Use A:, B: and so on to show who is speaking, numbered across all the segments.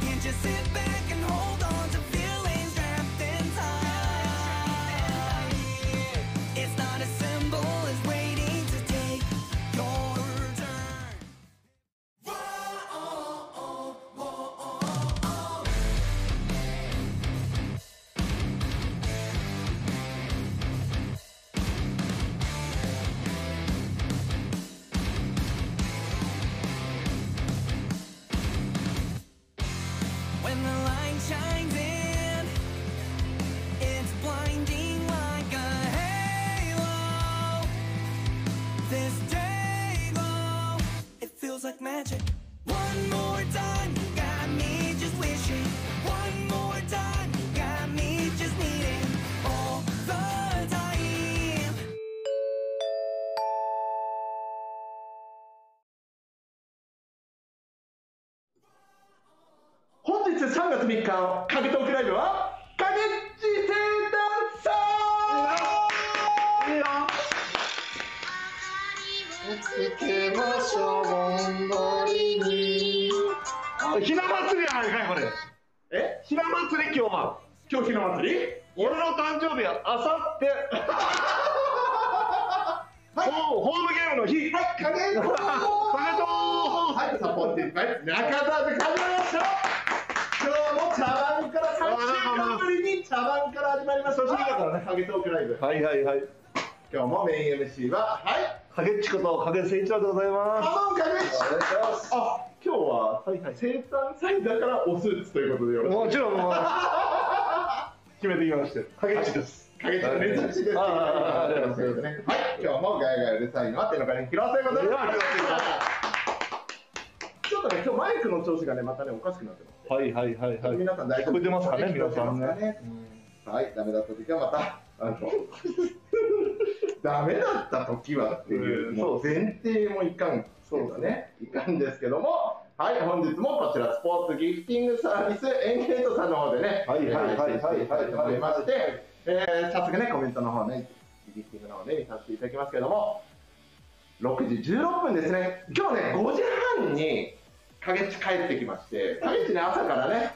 A: Can't just sit back and hold on to feelings trapped in time. It's not as simple as waiting to take your turn.
B: 本日3月3日のカゲトークライブはカゲッチ星団さん
C: けましょうぼんぼりに
D: ひな祭りやないかいこれ
B: え
D: ひな祭り今日は
B: 今日ひな祭り
D: 俺の誕生日はあさってホームゲームの日
B: はい、カゲッチ
D: お
B: はい、サポーティングはい中澤で始まりました今日も茶番から3週間ぶりに茶番から始まりました初日だからね、カゲトークライブ
D: めでとうはいはいはい
B: 今日もメイン MC ははい、
D: 影っちこと影誠一郎でございま
B: カモンカゲッチ
D: すお願いします
B: あ、今日は
D: はいはい
B: 生誕祭だからおスーツということでよろしい
D: もちろんもう決めてきましたよ影っちです
B: 影ちゃん連続してるっていう
D: ああああ
B: はい、今日もガヤガヤでサインは手の金広瀬でございます。ちょっとね、今日マイクの調子がね、またね、おかしくなってます。
D: はいはいはいはい
B: 皆さん大丈夫
D: 聞こえてますかね皆さんね
B: 聞こえてますかねはい、ダメだった時はまた、あの、 ダメだった時はっていう、
D: うん
B: もう前提もいかん、そうだね、いかんですけども、はい、本日もこちら、スポーツギフティングサービスエンゲートさんの方でね、
D: はいはいはいはいはい
B: えー配信していきたいと思いまして、えー早速ね、コメントの方ね、ギフティングの方ね、見させていただきますけども、6時16分ですね、今日ね、5時半に、影地帰ってきまして、影地ね、朝からね、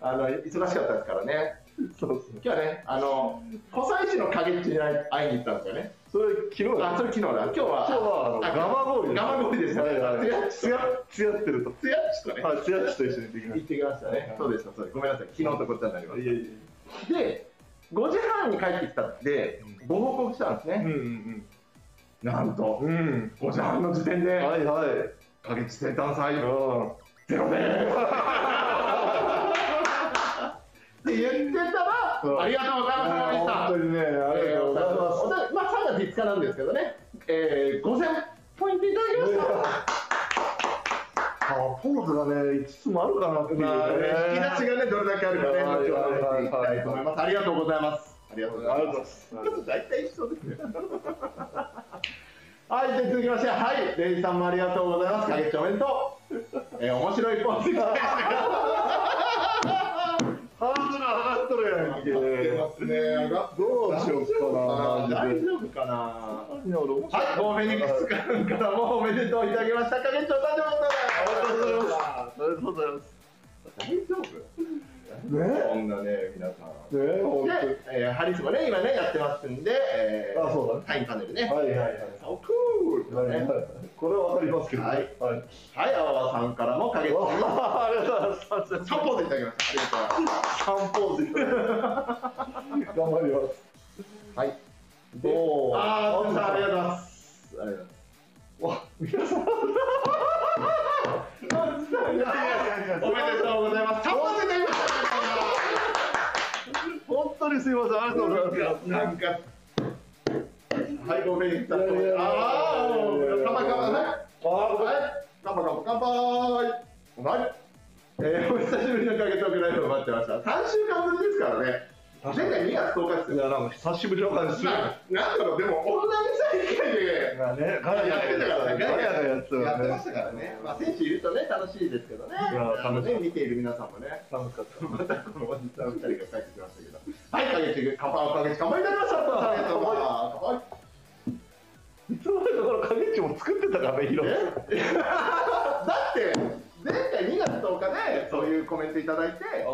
B: あの忙しかったですからね、
D: そうですね
B: 今日はね、あの、湖西市の影地に会いに行ったんですよね。
D: それ昨日です
B: あ、それ昨日だ。今日
D: 今日
B: は、
D: はあのガマゴール
B: ガマゴールでしたね
D: はいはい
B: 艶っち
D: つやつやってると
B: つやっちとね、
D: はいつやっちと一緒にできま
B: 行ってきましたね。そうでした、そうです。ごめんなさい。昨日とこっちゃになりま
D: いやいや
B: す。で、5時半に帰ってきたって、ご報告したんです
D: うん
B: ね。なんと、
D: うんうん
B: 5時半の時点
D: うん
B: で、
D: はいはい
B: 影地生誕祭
D: うん
B: ゼロでーす。って言ってた
D: うん
B: ら、ありがとうございました。
D: 本当にねありがとうございます
B: まあ3月5日なんですけどね、えー、5000ポイントいただきました。
D: あポーズがね5つもあるかなっていうね
B: まあね、引き出しがね、どれだけあるかね、
D: はい
B: 後ほど
D: は
B: 見
D: い
B: ていきたいと思います。ありがとうございます。ありがとうござ
D: あ
B: い
D: り
B: ま
D: が
B: す
D: とうございます
B: ちょっと大体一緒ですね。はい、で続きまして、はい、レイジさんもありがとうございます。かげっちおめでとう。えー、面白いポーズ来てます
D: ハードル上がっとるやんけ
B: ね。
D: どうしようかなマ
B: 大
D: ジで
B: 丈夫かな。
D: 何を俺面白
B: はい、ゴーフェニックスからもおめでとういただきました。かげっちお誕生日おめでとうございます。
D: ありがとうございます
B: 大丈夫
D: ね
B: こんなね、皆さん。
D: ね本
B: で、えー、ハリスもね、今ね、やってますんで、えー、
D: あそうだね
B: タイムパネルね。
D: 当にはいはいはい
B: おクールね
D: これはわかりますけど
B: はい
D: はい
B: はい、あわわさんからもかけて、
D: ありがとうございます
B: サポートいただきました。ありがとうございます。
D: 三ポーズいただきます頑張ります
B: はい。
D: おお
B: あー、皆さんありがとうございます。ありがとう
D: わ皆さん
B: ございます。おめでとうございます。サポートいただきま
D: 本当にすいませんありがとうございます
B: した。なんか。はい、ごめんなさい。ああ、乾杯、乾杯。乾杯。乾杯、乾杯。乾杯。えー、お久しぶりのかけとくライブを待ってました。三週間ぶりですからね。前回2月10日ですよ
D: い。やなんか久しぶりの感じする
B: まあなんだろう、でも、オンライン再会で。
D: がねガヤガヤガヤガヤやってた
B: やって
D: か
B: ま
D: らね
B: したからね。まあ、選手いるとね、楽しいですけどね。
D: いや楽しい
B: ね見ている皆さんもね。
D: 楽しかっ
B: ま
D: た
B: たこのおじさん二人が帰ってきましたけど。はい、かげち、かば、かげち、かばいただきました。ありがとうございます。
D: いつの間にかこの影っちも作ってたからね広瀬
B: えだって前回2月月10日でそういうコメントいただいて
D: ああ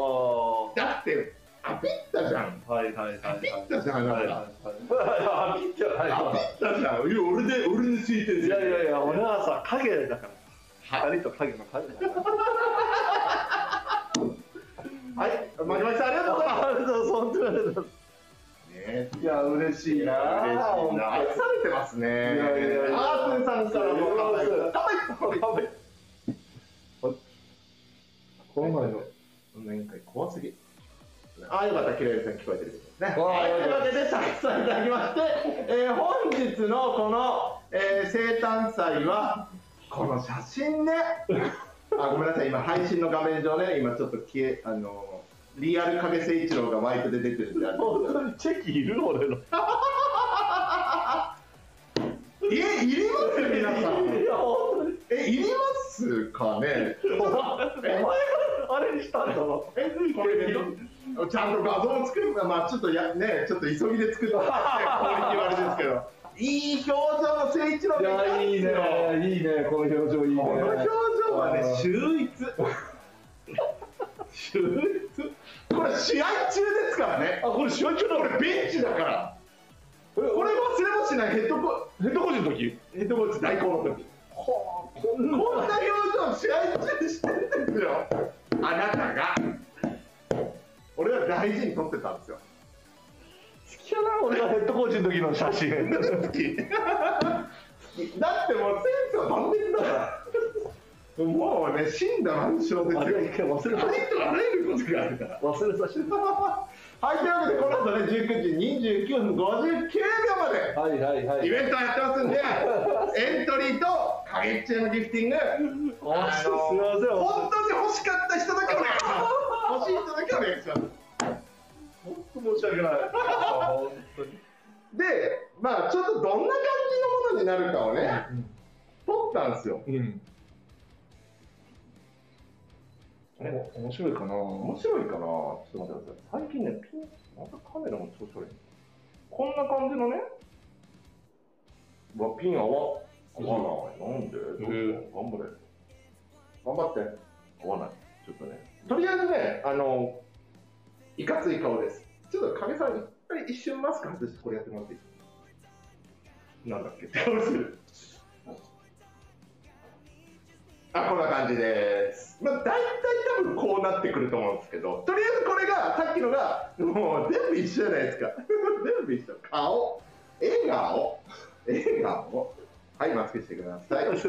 B: だってアピったじゃん
D: はいはいはいはい。
B: ピッタじゃんあなた
D: はいはい。ピッタはい
B: アピ
D: は
B: ったじゃんいや俺で俺について
D: い。
B: る
D: いやいやいや、俺はさ、影だから。
B: は
D: 二人と影の影だから。
B: はいマキマキさんありがとうございま
D: ありがとうござい
B: す
D: ます。
B: ね
D: いや、嬉しいな。
B: 嬉しいな愛されてますね
D: いやいやいや
B: アートゥさんからも
D: そうそうそう
B: 乾杯
D: 乾杯
B: 今回の年会怖すぎああよかった綺麗ですね聞こえてるね
D: わあ
B: はいというわけでたくさんいただきまして、えー本日のこの、えー生誕祭はこの写真ね あごめんなさい今配信の画面上ね今ちょっと消えあのーリアル影誠一郎がマイクで出てるんであれ
D: 本当にチェキいる俺
B: え
D: の。
B: いります皆さん
D: いや、本当に。
B: えいりますかね
D: お前お前があれにしたんだろ。
B: えこれでちゃんと画像を作るかまあちょっとやねちょっと急ぎで作ったって言われですけどいい表情の誠一郎
D: い
B: がいたん
D: や、いい
B: ですよ
D: ね。いいね。この表情いいね。
B: この表情はね秀逸
D: 秀逸
B: これ試合中ですからね
D: あ、これ試合中だ。
B: これベンチだから
D: え
B: これ忘れもしないヘッドコ
D: ヘッドコーチの時
B: ヘッドコーチ代行の時
D: こ
B: こ
D: ん
B: んな表情試合中にしてるんですよあなたが俺は大事に撮ってたんですよ
D: 好きやな俺がヘッドコーチの時の写真
B: だってもうセンスは万別だからもうね死んだ万象ですよ
D: あれ一回忘れた
B: ありとあらゆることがあるから
D: 忘れさせて
B: はいというわけでこの後ね19時29分59秒まで
D: はいはいは
B: イベントやってますんでエントリーと影っちへのギフティング
D: あすいません
B: 本当に欲しかった人だけお願いします欲しい人だけお願いします
D: 本当申し訳ない本当に
B: でまあちょっとどんな感じのものになるかをね撮ったんですよ
D: うんお面白いかな
B: 面白いかなちょっと待ってください最近ねピンまたカメラも調子悪いこんな感じのねうわピン合わ合わないなんで、
D: ん
B: 頑張れ頑張って合わないちょっとねとりあえずねあのいかつい顔ですちょっと影さん一回一瞬マスク外してこれやってもらっていいなんだっけ って顔してるあこんな感じです、まあ、大体多分こうなってくると思うんですけどとりあえずこれがさっきのがもう全部一緒じゃないですか 全部一緒顔笑顔笑顔はいマスクしてください、はい、って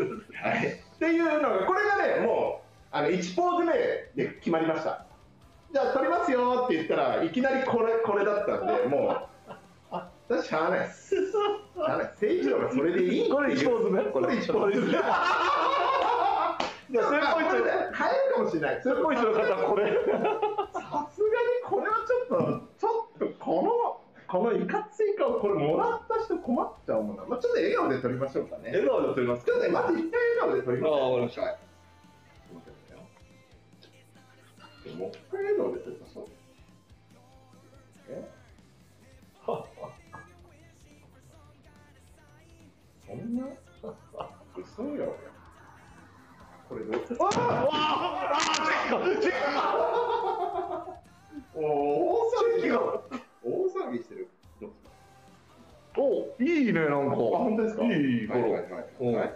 B: いうのがこれがねもうあの1ポーズ目で決まりましたじゃあ撮りますよって言ったらいきなりこれこれだったんでもうあしゃあないですしゃあない誠一郎がそれでいいっていう
D: これ一ポーズ目
B: これ一ポーズ目
D: いやそれこい
B: これね
D: つ
B: 変えるかもしれない。それ
D: それこいつの方これ
B: さすがにこれはちょっと、ちょっとこの、このいかつい顔、これもらった人困っちゃうもんな。まあ、ちょっと笑顔で撮りましょうかね。
D: 顔で撮ります
B: ちょっとね、まず一回笑顔で撮りましょう。
D: あわかりました
B: はいもう一回笑顔で撮りましょう。え そんな 嘘よ。これどうああおお大騒ぎ大騒ぎしてるどうですか
D: おいいねなん
B: あ
D: か
B: 本当ですか
D: いい
B: はいはい
D: 頃
B: はいはい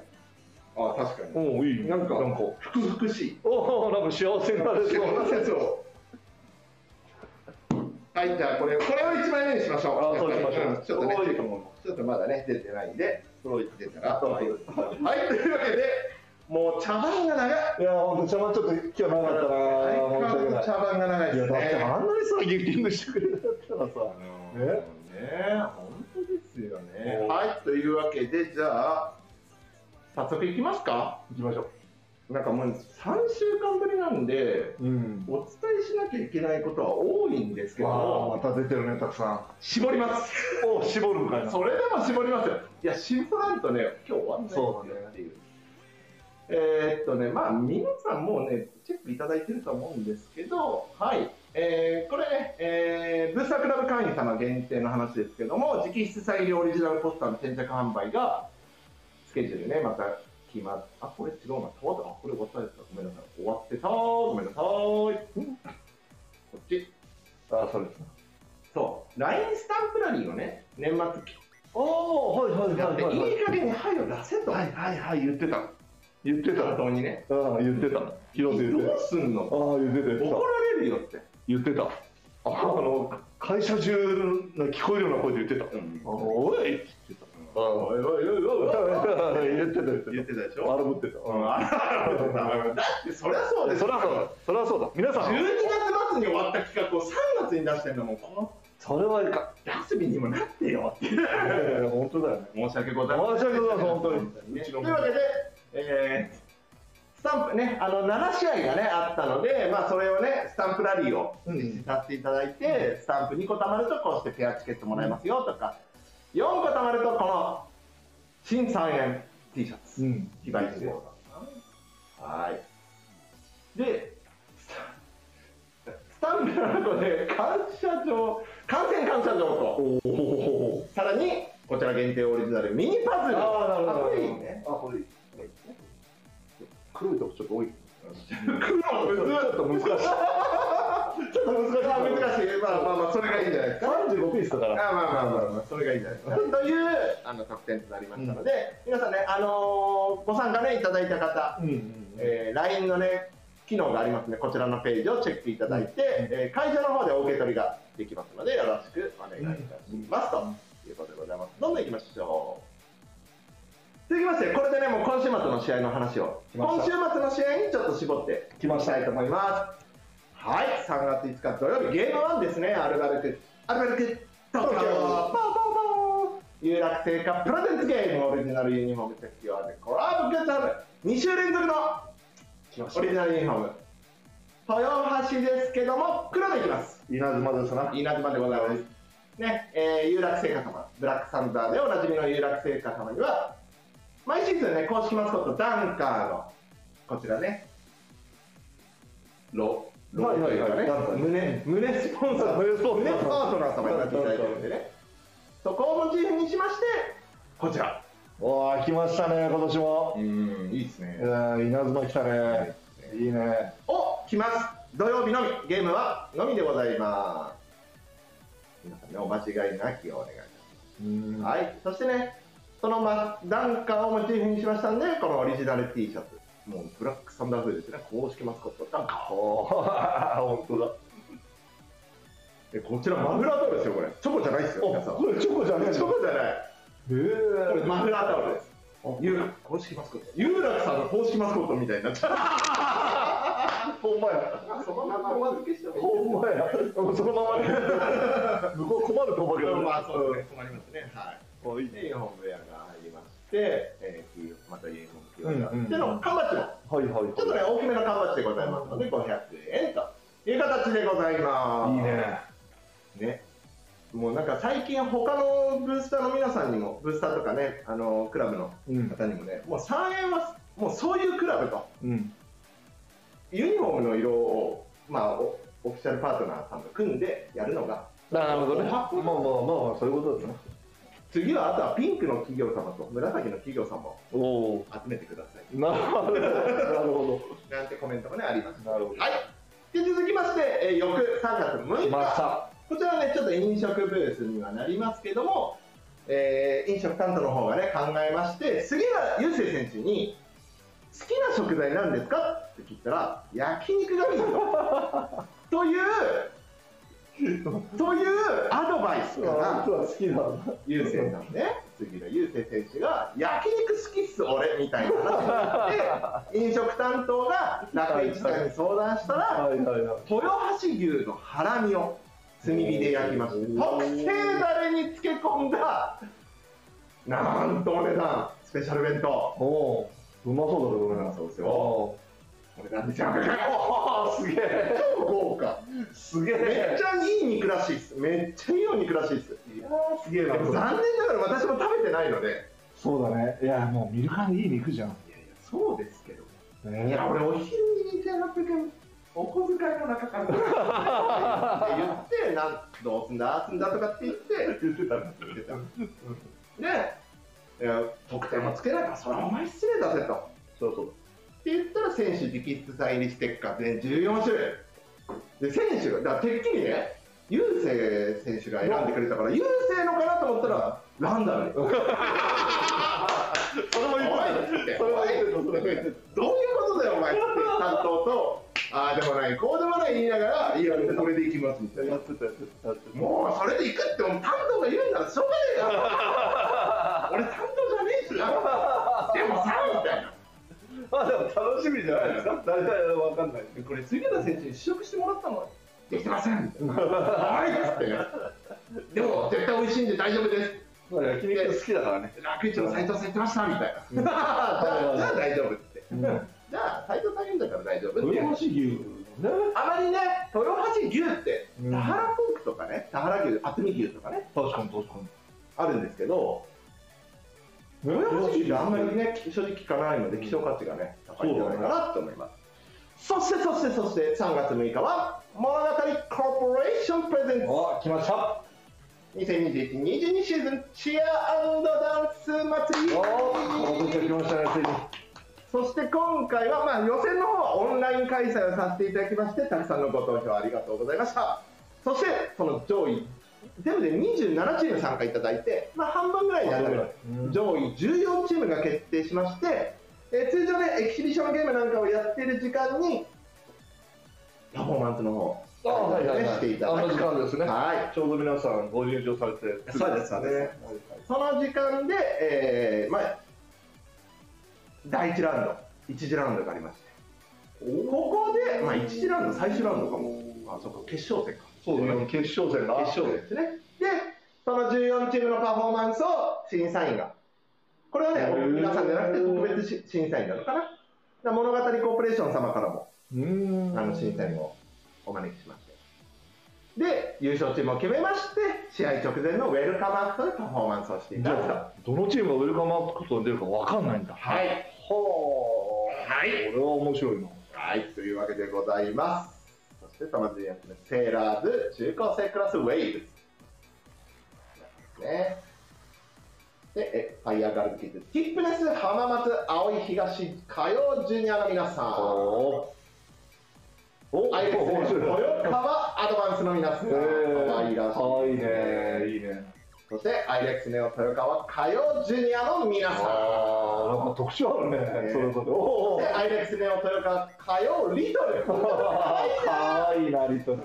B: あ確かに
D: おいい
B: なんか
D: なんか
B: ふくふくしい
D: おおなんか幸せになれ
B: 幸
D: そう
B: せそうはいじゃあこれをこれを1枚目にしましょう
D: あそうしましょうん
B: ちょっとね
D: 多い
B: ちょっとちょっとまだね出てないんで
D: そうい
B: 出たら
D: そう
B: はいはいというわけでもう茶番が長い
D: いや、ほんと、茶番ちょっと今日長かったな
B: 相変わ
D: 申し訳
B: ら
D: ない
B: ず。茶番が長い
D: い
B: で
D: や、
B: す
D: だって
B: ね
D: あんなにさ、ギフティングしてくれたらさ、
B: あのーね本当ですよねはいというわけでじゃあ早速いきますか
D: 行きましょ
B: なんかもう3週間ぶりなんで
D: う。うん。
B: お伝えしなきゃいけないことは多いんですけ
D: わあ、
B: ど
D: また出てるね、たくさん。
B: 絞ります
D: お、絞るんかいな。
B: それでも絞りますよいや絞らんとね今日終わんないんですよっていうえーっとねまあ皆さんもうねチェックいただいてると思うんですけどはいえーこれね、えーブースタークラブ会員様限定の話ですけども直筆サイン入りオリジナルポスターの先着販売がスケジュールねまた決きます。あ、これ違うな。変わった。あ、これ終わったですか。ごめんなさい。終わってたー。ごめんなさい。うんこっち。
D: ああ、そうです。
B: そう。LINE スタンプラリーをね、年末期
D: おお、はいはい
B: やって、
D: はいはい
B: い加減に配を出せと。
D: はいはいはい、言ってた。言ってた。
B: 本
D: あ
B: 当にね。
D: あ、言ってた。
B: ど
D: 広瀬言って
B: うすん
D: た。
B: の
D: ああ、言ってた。言って
B: 怒
D: た
B: られるよって。
D: 言ってた。ああの、会社中の聞こえるような声で言ってた。
B: うん
D: あおいって言ってた。ああ
B: おいおいおいおいおい
D: ああ言ってた言って
B: 言
D: た
B: ってたでしょ
D: 悪ぶってた
B: うんあらあらだってそりゃそうです
D: そりゃそうだそりゃそうだ皆さ
B: 12
D: ん
B: 月末に終わった企画を3月に出してんだもんこの
D: それはいか
B: 休みにもなってよって
D: いやいや本当だよね
B: 申し訳ございません
D: 申し訳ございません本当に
B: ねというわけで、えースタンプねあの7試合がねあったので、まあ、それをねスタンプラリーを実施させていただいて、スタンプ2個貯まるとこうしてペアチケットもらえますよとか4個貯まるとこの新3円 T シャツ
D: うん
B: 非売品ではいでスタスタンプラリーで感謝状感染感謝状と
D: おお
B: さらにこちら限定オリジナルミニパズル
D: ああなるほど
B: これいいね
D: あこれいい黒いとこちょっと多い
B: 黒むず
D: ちょっと難しいちょっと難
B: ま
D: しい
B: あ難しいまあまあまあそれがいいんじゃないですか
D: 35ピースだか
B: あ
D: ら
B: まあまあまあまあそれがいいんじゃないですかというあの特典となりましたので、皆さんねあのーご参加ねいただいた方、
D: うんうん
B: えー LINE のね機能がありますねこちらのページをチェックいただいて、えー会場の方でお受け取りができますのでよろしくお願いいたします、ということでございますどんどんいきましょう続きましてこれでねもう今週末の試合の話を
D: 来ま
B: 今
D: した
B: 週末の試合にちょっと絞って
D: 来ま
B: し
D: したた
B: いと思います。はい、3月5日土曜日、ゲームワンですね、アルバルク、アルバルク、東京、パーパーパー有楽製菓プレゼンツゲーム、オリジナルユニフォームセキュアでコラボグッズハブ、2週連続の
D: 来まし
B: オ
D: た
B: リジナルユニフォーム、豊橋ですけども、黒でいきます。
D: 稲妻ですな
B: 稲妻でございます。ね、えー有楽製菓様、ブラックサンダーでおなじみの有楽製菓様には、毎シーズンね、公式マスコット、ダンカーの、こちらね、ロ、ロ
D: はい
B: と
D: はいいうはい
B: かね、胸、胸スポンサー、
D: 胸スポンサ
B: 胸
D: ー
B: ーナー様になっていただいてるんでね、そこをモチーフにしまして、こちら。
D: おー来ましたね今年も
B: うん、いいですね
D: え。ー稲妻来たねいいね
B: を来ます土曜日のみゲームはのみでございます皆さんねお間違いなきをお願いいたし
D: うん
B: ます、はいそしてねそのまダンカーをモチーフにしましたんでこのオリジナル T シャツもうブラックサンダーフーですね公式マスコットダンカ
D: おー本当だ
B: ーえこちらマフラータオルですよこれチョコじゃないですよ皆さん
D: おこれチョコじゃねえ
B: チョコじゃない
D: え
B: これマフラータオルです
D: お
B: ゆう公式マスコット有楽さんの公式マスコットみたいになっちゃった
D: ほんまや
B: そのままお預けして
D: ほんまやもうそのままね向こう困ると思うけど
B: まあそうですね困りますねはい
D: おい
B: で、ユニフォームウェアが入りまして、えー、黄色またユニフォームウェアがあって、
D: うんうんうん
B: での、缶バッジも、
D: はいはいはい
B: ちょっとね、大きめの缶バッジでございますので、500円という形でございます。
D: いいね
B: ね。もうなんか最近、他のブースターの皆さんにも、ブースターとかね、あのクラブの
D: うん
B: 方にもね、もう3円は、もうそういうクラブと、
D: うん
B: ユニフォームの色を、まあ、おオフィシャルパートナーさんと組んでやるのが、
D: なるほ
B: どね
D: まあまあまあまあそういうことですね
B: 次はあとはピンクの企業様と紫の企業様を
D: おお
B: 集めてください。
D: なるほどなるほ
B: なんてコメントもね、ありました。
D: どなるほど
B: はい。で続きまして、えー、翌3月6日
D: 来ました
B: こちらね、ちょっと飲食ブースにはなりますけども、えー飲食担当の方がね、考えまして、杉浦雄星選手に、好きな食材なんですかって聞いたら、焼肉がいいよ。という、というアドバイスか
D: あ
B: ら、
D: 僕は好きなんだ
B: 雄星さんね、杉浦雄星選手が、焼肉好きっす、俺みたいな話になって、飲食担当が中市さんに相談したら、
D: はいはいはい
B: 豊橋牛のハラミを炭火で焼きまして特製ダレに漬け込んだなんとお値段スペシャル弁当
D: おおうまそうだねこれ
B: そうです
D: お
B: お値段でちゃう
D: おすげえ
B: 超豪華
D: すげ
B: めっ
D: え
B: ちゃいい肉らしいですめっちゃいいお肉らしいです
D: いやーすげえ
B: で
D: な
B: も残念ながら私も食べてないので
D: そうだねいやもう見るからにいい肉じゃん
B: いやいやそうですけどい
D: ね
B: や俺お昼に2800円お小遣いの中からって言って なんどうすんだああすんだとかって言って
D: 言ってたね
B: でえー得点もつけないから、それはお前失礼だぜと。っ
D: そうそう
B: て言ったら、選手直筆サイン入りステッカー全14種類。で、選手が、だからてっきりね、雄星選手が選んでくれたから、雄星のかなと思ったら、ランダムに。おいっつってどういう
D: それも言ってたそれも言ってたそれも言って
B: ことだよ、お前っつって担当と、ああでもない、こうでもない言いながら、いや、これでいきますみた
D: た
B: いな
D: や。ってたやってたやってた
B: もうそれで行くって、もう担当が言うんならしょうがねえよ。俺担当じゃねえしな。でもさ、みたいな。
D: まあでも楽しみじゃないですか大体わかんない
B: これ、杉田選手に試食してもらったのできてませんみたいな。はいっつって。でも、絶対美味しいんで大丈夫です。
D: まあ焼肉好きだからね
B: 楽市の斎藤さん言ってましたみたいな。 じゃあじゃあ大丈夫っつって。じゃあ、斎藤さん言うんだから大丈夫って。
D: し牛ね
B: あまりね、豊橋牛って、
D: うん
B: 田原ポークとかね、田原牛、厚み牛とかね、
D: 確かに確か
B: あるんですけど、
D: に
B: 豊橋牛ってあんまり
D: ね
B: ね、正直聞かないので、
D: うん
B: 希少価値がね、高いんじゃないかなと思います。そして、そして、そして、3月6日は、物語コーポレーションプレゼンツ
D: お来ました
B: 2021-22シーズンチアダンス祭り
D: おお僕たち来ましたねついに
B: そして今回は、まあ、予選の方はオンライン開催をさせていただきましてたくさんのご投票ありがとうございましたそしてその上位全部で27チーム参加いただいて、まあ、半分ぐらいに当たる
D: うん
B: 上位14チームが決定しまして、えー通常ねエキシビションゲームなんかをやっている時間にパフォーマンスの方
D: あはいはいはい
B: していただ
D: あの
B: く
D: 時間ですね
B: はい
D: ちょうど皆さんご入場されて
B: そうですそうです
D: はいはい
B: その時間で、えーまあ、第1ラウンド、1次ラウンドがありまして、ここで、まあ、1次ラウンド、最終ラウンドかも、あそうか決勝戦か、
D: そうだね決勝戦が
B: 決勝戦ですね。で、その14チームのパフォーマンスを審査員が、これは
D: へ
B: ね、
D: ー
B: 皆さんじゃなくて、特別し審査員なのかな、だから物語コーポレーション様からも、
D: うーん
B: あの審査員をお招きしまして。で、優勝チームを決めまして、試合直前のウェルカムアクトでパフォーマンスをしてい
D: じ
B: ただきた。
D: ゃあどのチームがウェルカムアップことに出るかわかんないんだ
B: はい。
D: ほ
B: は
D: ー
B: い。
D: これは面白いな
B: はい、というわけでございます。そして、その次はですねセーラーズ中高生クラスウェイブス。ね。で、えファイヤーガールズキッズ、ティップネス浜松青い東火曜ジュニアの皆さん。
D: おお
B: はい、ですね
D: 面白い
B: 豊川アドバンスの皆さん。可愛らしい。
D: かわいいね。いいね。
B: そして、アイレックスネオ豊川火曜ジュニアの皆さん。
D: あ、なんか特徴あるね。それぞれ。
B: でアイレックスネオ豊川火曜リトル。
D: かわいいな、リトル。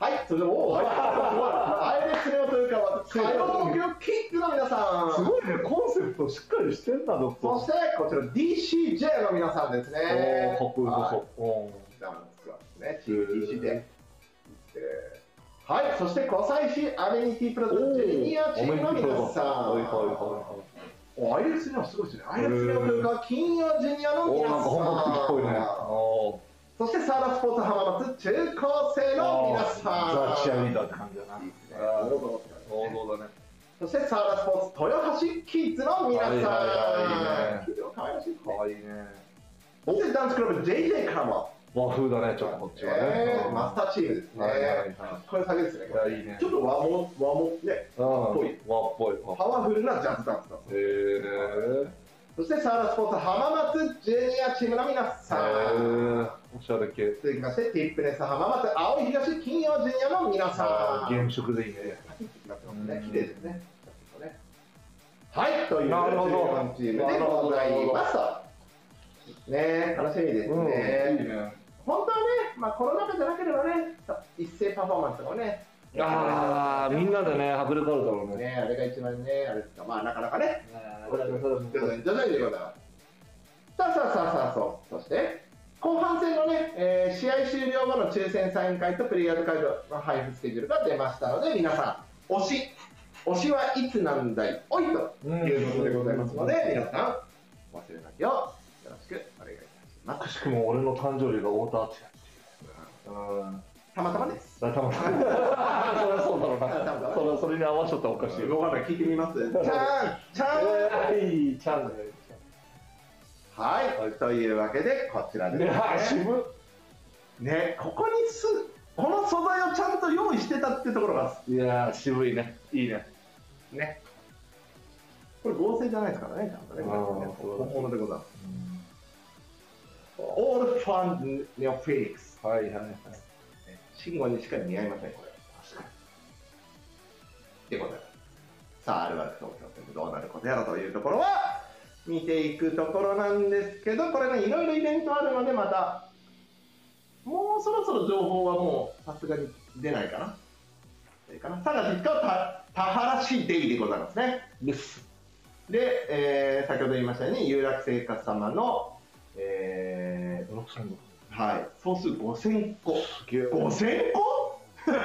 B: はい、それでも、おー はい、アイレックスネオというか、火曜東京キッズの皆さん。
D: すごいね、コンセプトしっかりしてんだ、ドクタ
B: そして、こちら DCJ の皆さんですね。
D: かっこよさ
B: はい
D: そう。
B: ダンスはですね、DCJ。えーはい、そして、湖西市アメニティプロジェクトジュニアチームの皆さ
D: おめでとうござい
B: ん。
D: ます
B: おアイレックスネオすごいですね。アイレックスネオというか、金曜ジュニアの
D: お
B: 皆
D: なん
B: さん。
D: か本格的っぽいね。お
B: そして、サーラスポーツ浜松中高生の皆さん。
D: ザ・チアリーダーって感じだな。
B: いいですね
D: あー
B: 王道
D: 王道だね。
B: そしてサーラスポーツ豊橋キッズの皆さん。
D: はいはいはい
B: キッズも可愛らしいね
D: かわいいね。
B: そしてダンスクラブ JJ からも、
D: 和風だね、ちょっとこっちは
B: えーマス
D: ね。
B: ターチームですね。
D: はいはいはい
B: これ下げですね。これ
D: いやいいね
B: ちょっと和も和もね、
D: うん和
B: っぽい
D: っぽい。
B: パワフルなジャズダンスだ。
D: へえ。
B: そしてサーラスポーツ浜松ジュニアチームの皆
D: へ
B: さん。
D: ーおしゃれ系。
B: 続きましてティップネス浜松青い東金曜ジュニアの皆さん。
D: 原色でいいね。
B: なってますね
D: うん
B: 綺麗ですね。はい、という
D: なるほど
B: 14チームでございますと。ね、楽しみですね。本当はね、まあ、コロナ禍じゃなければね、一斉パフォーマンスとかもね、
D: ああ、みんなでね、迫力あるだろうね。
B: ね、あれが一番ね、あれですか、まあ、なかなかね、じゃない、じゃないでございます。さあさあさあさあそう、そして、後半戦のね、えー試合終了後の抽選サイン会とプレイヤーズ会の配布スケジュールが出ましたので、皆さん、推し、推しはいつなんだい、おいということでございますので、皆さん、忘れなきをよろしくお願いいたします。
D: くしくも俺の誕生日が太田敦也。うん。
B: たまたまです。
D: だた ま。そりゃそうだろうな。それはそ れに合わせちゃったらおかしい。
B: 動かない、聞いてみます。ちゃん、ちゃん。
D: はい、チャン
B: はい、というわけでこちら
D: ネル。いや、
B: ですね。
D: 渋っ。
B: ね、ここにすこの素材をちゃんと用意してたってところが
D: いやー、渋いね。いいね。
B: ね。これ合成じゃないですからね、ちゃんとね。
D: あー
B: 本物でございます。オールファンネオフェリックス。
D: はいはいはい。
B: 慎吾にしか似合いません、これ。でございます。さあ、あるある東京戦どうなることやらというところは、見ていくところなんですけど、これね、いろいろイベントあるので、また、もうそろそろ情報はもう、さすがに出ないかな。ええかな。3月5日は田田原市デイでございますね。
D: です。
B: で、えー先ほど言いましたように、有楽生活様の、え
D: 六千五。
B: ーはい、総数5000個。
D: すげえ。
B: 5000個
D: 五千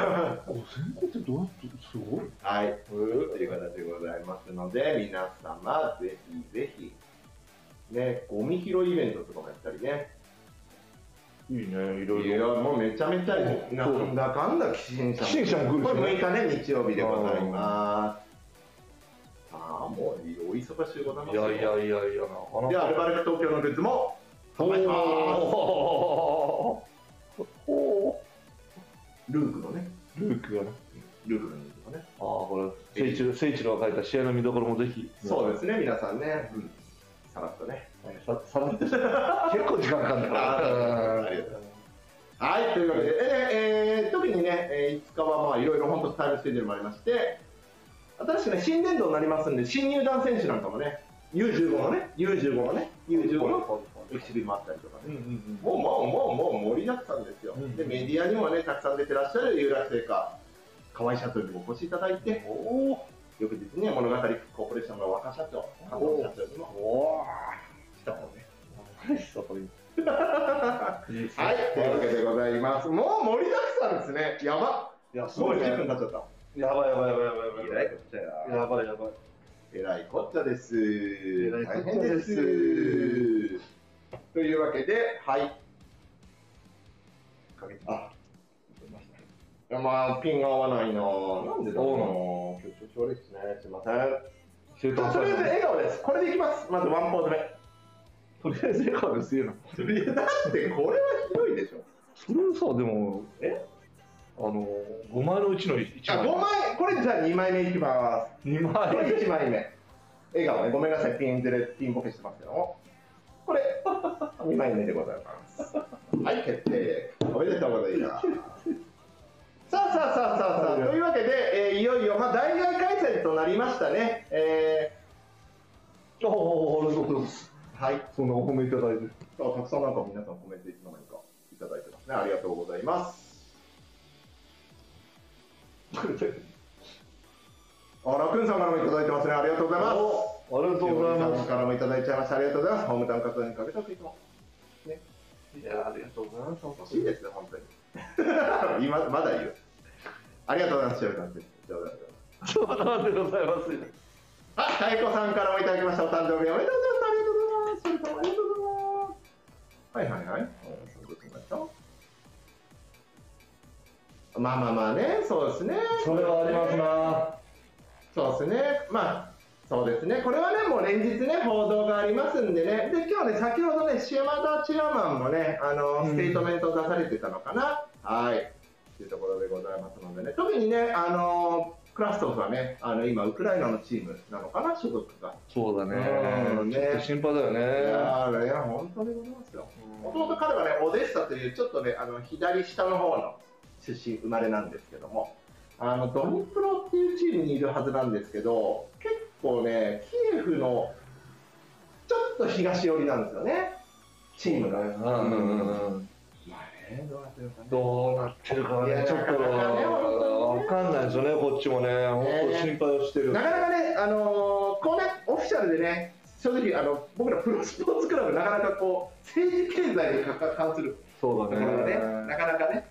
D: 個ってどうやってすごい。
B: はい、という形でございますので、皆様、ぜひぜひ、ね、ゴミ拾いイベントとかもやったりね、
D: いいねいろ
B: い
D: い
B: や、
D: ろ。
B: もうめちゃめちゃ、
D: うん
B: なんだかんだ、寄進者
D: 寄進者も来るしね
B: これ6日ね、日曜日でございます。ああ、もう、お忙しいございますよ
D: いやいやなかな
B: で、アルバルク東京のグッズも販売します。
D: おおお
B: ルークのね、
D: ルークがね。
B: ルークのグッズもね。
D: ああこれ聖一郎聖一郎が書いた試合の見どころもぜひ。
B: そうですね、皆さんね、うん、さらっとね。
D: ささらっとした結構時間かかるから。
B: ありがとうございはい、というわけで、えーえー特にね、えー5日はまあいろいろ本当タイムスケジュールもありまして、新しくね、新年度になりますんで、新入団選手なんかもね、U15 のね、U15 のね、U15 のエキシビもあったりとかね。
D: うんうん
B: もうもうもうもう盛りだくさんですよ、
D: うん
B: でメディアにもねたくさん出てらっしゃる有楽製菓河合社長にもお越しいただいて翌日ね物語コーポレーションの若社長加藤社長にも
D: うん。おお。
B: したもんね
D: 何したこれ。
B: はいというわけでございますもう盛りだくさんですねやば
D: いやす
B: もう
D: ごいね。
B: 10分経っちゃった
D: やばいやばいやばいやばいやばい。
B: こっちゃや
D: やばいやばい。
B: えらいこっちゃです。
D: らいこ
B: 大
D: っち
B: 変
D: ゃ
B: で
D: ですす。
B: というわけで、はい。かけてあ、いやまあ、ピンが合わないなぁ。なんでだろうなぁ。今日調子悪いですね。すいません。
D: 中途半
B: とりあえず
D: 端
B: 笑顔です。これでいきます。まずワンポーズ目。
D: とりあえず笑顔ですよな。
B: とりあえずだって、これはひどいでしょ。
D: それはさでも
B: え
D: あの5枚のうちの1
B: あ、
D: 枚
B: 5枚、これじゃあ2枚目いきます。
D: 2
B: こ
D: 枚
B: れ1枚目。笑顔ね。ごめんなさい。ピンズレ、ピンボケしてますけども。これ、2枚目でございます。はい、決定。おめでとうございます。さあさあさあさあさあ、というわけで、えーいよいよ、まあ、大外回戦となりましたね。え
D: おおありがとうございます
B: ーはい。
D: そんなお褒めいただいて
B: あたくさんなんか皆さんコメントいつの間にかいただいてますね。ありがとうございます。あ、ラクーンさんからもいただいてますね。ありがとうございます。
D: ありがとうござい
B: さ
D: ま
B: ん
D: す
B: からもいただいちゃいました。ありがとうございます。ホームタウン活動にかけたといつも。
D: いやありがとうございます本
B: いいですね、本当に。 今、まだ言う。ありがとうございます、塩田先生。冗談で
D: 当にありがとうございます
B: あ、太鼓さんからもいただきました。お誕生日おめでとうございます。ありがとうございます。塩田さん、ありがとうございます。はいはいはい。うんそういうことになっちゃうまあまあまあね、そうですね。
D: それはありますな
B: そうですね、まあ、そうですね、これはね、もう連日ね、報道がありますんでね、で今日ね、先ほどね、島田チェアマンもね、あの
D: うん
B: ステートメントを出されてたのかな、はい、というところでございますのでね、特にね、あのクラストフはね、あの今、ウクライナのチームなのかな、所属が。
D: そうだ
B: うん
D: ねちょっと心配だよ
B: い
D: ね
B: やー、いや本当でございますよ。もともと彼はね、オデッサという、ちょっとね、あの左下の方の出身、生まれなんですけども、あのドニプロっていうチームにいるはずなんですけど、結構ね、キエフのちょっと東寄りなんですよね、チームが。
D: うんうんうんうん
B: まあね、どうなってるかね。
D: どうなってるか
B: いや
D: ねちょっと
B: なかなかね
D: わかんないですよねこっちもね本当心配をしてる
B: なかなかね、あのーこうね、オフィシャルでね、正直、あの僕らプロスポーツクラブ、なかなかこう、政治経済にかか関する
D: そう
B: とこ
D: だ
B: ろがね、
D: ね
B: なかなかね、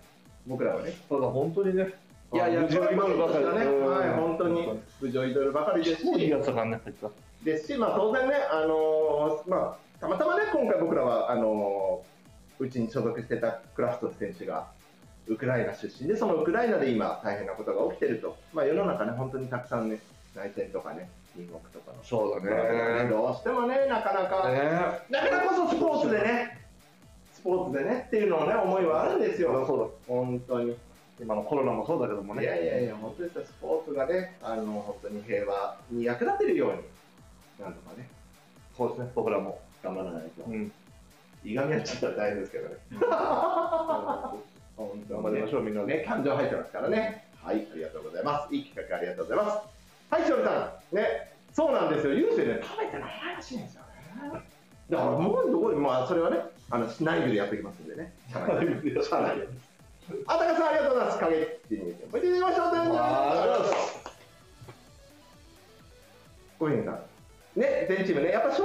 B: 僕らはね、
D: ただ本当にね
B: いやいや、
D: 無事を祈るばかりだ
B: ね。はい、本当に無事を祈るばかりです
D: もういい
B: し、
D: やつだからね、入った。
B: ですし、まあ当然ね、あのーまあたまたまね、今回僕らはあのーうちに所属してたクラフト選手がウクライナ出身で、そのウクライナで今大変なことが起きてると、まあ世の中ね本当にたくさんね内戦とかね隣国とかの。
D: そうだね。
B: どうしてもね、なかなか、
D: ね
B: だからこそスポーツでね、スポーツでねっていうのをね、思いはあるんですよ、
D: そう
B: 本当に。
D: だ。今のコロナもそうだけどもね。
B: いやいやいや、本当ですよ、スポーツがね、あの本当に平和に役立てるように、なんとかね。
D: そうですね、僕らも頑張らないと。
B: うん。
D: いがみ合っちゃったら大変ですけどね。
B: 本当
D: 頑張りましょう、みんなで。
B: ね、感情入ってますからね。はい、ありがとうございます。いい企画ありがとうございます。はい、しおりさん。ね、そうなんですよ。ユースね、食べてないらしいんですよね。だから、もうどこに、まあ、それはね、あの、内部でやってきますんで ね。社内で。社内で。あたかさん、ありがとうございます。影っていうおめでとうございました。おめでとうございます。ごめんなさい。ね、全チームね、やっぱ紹介し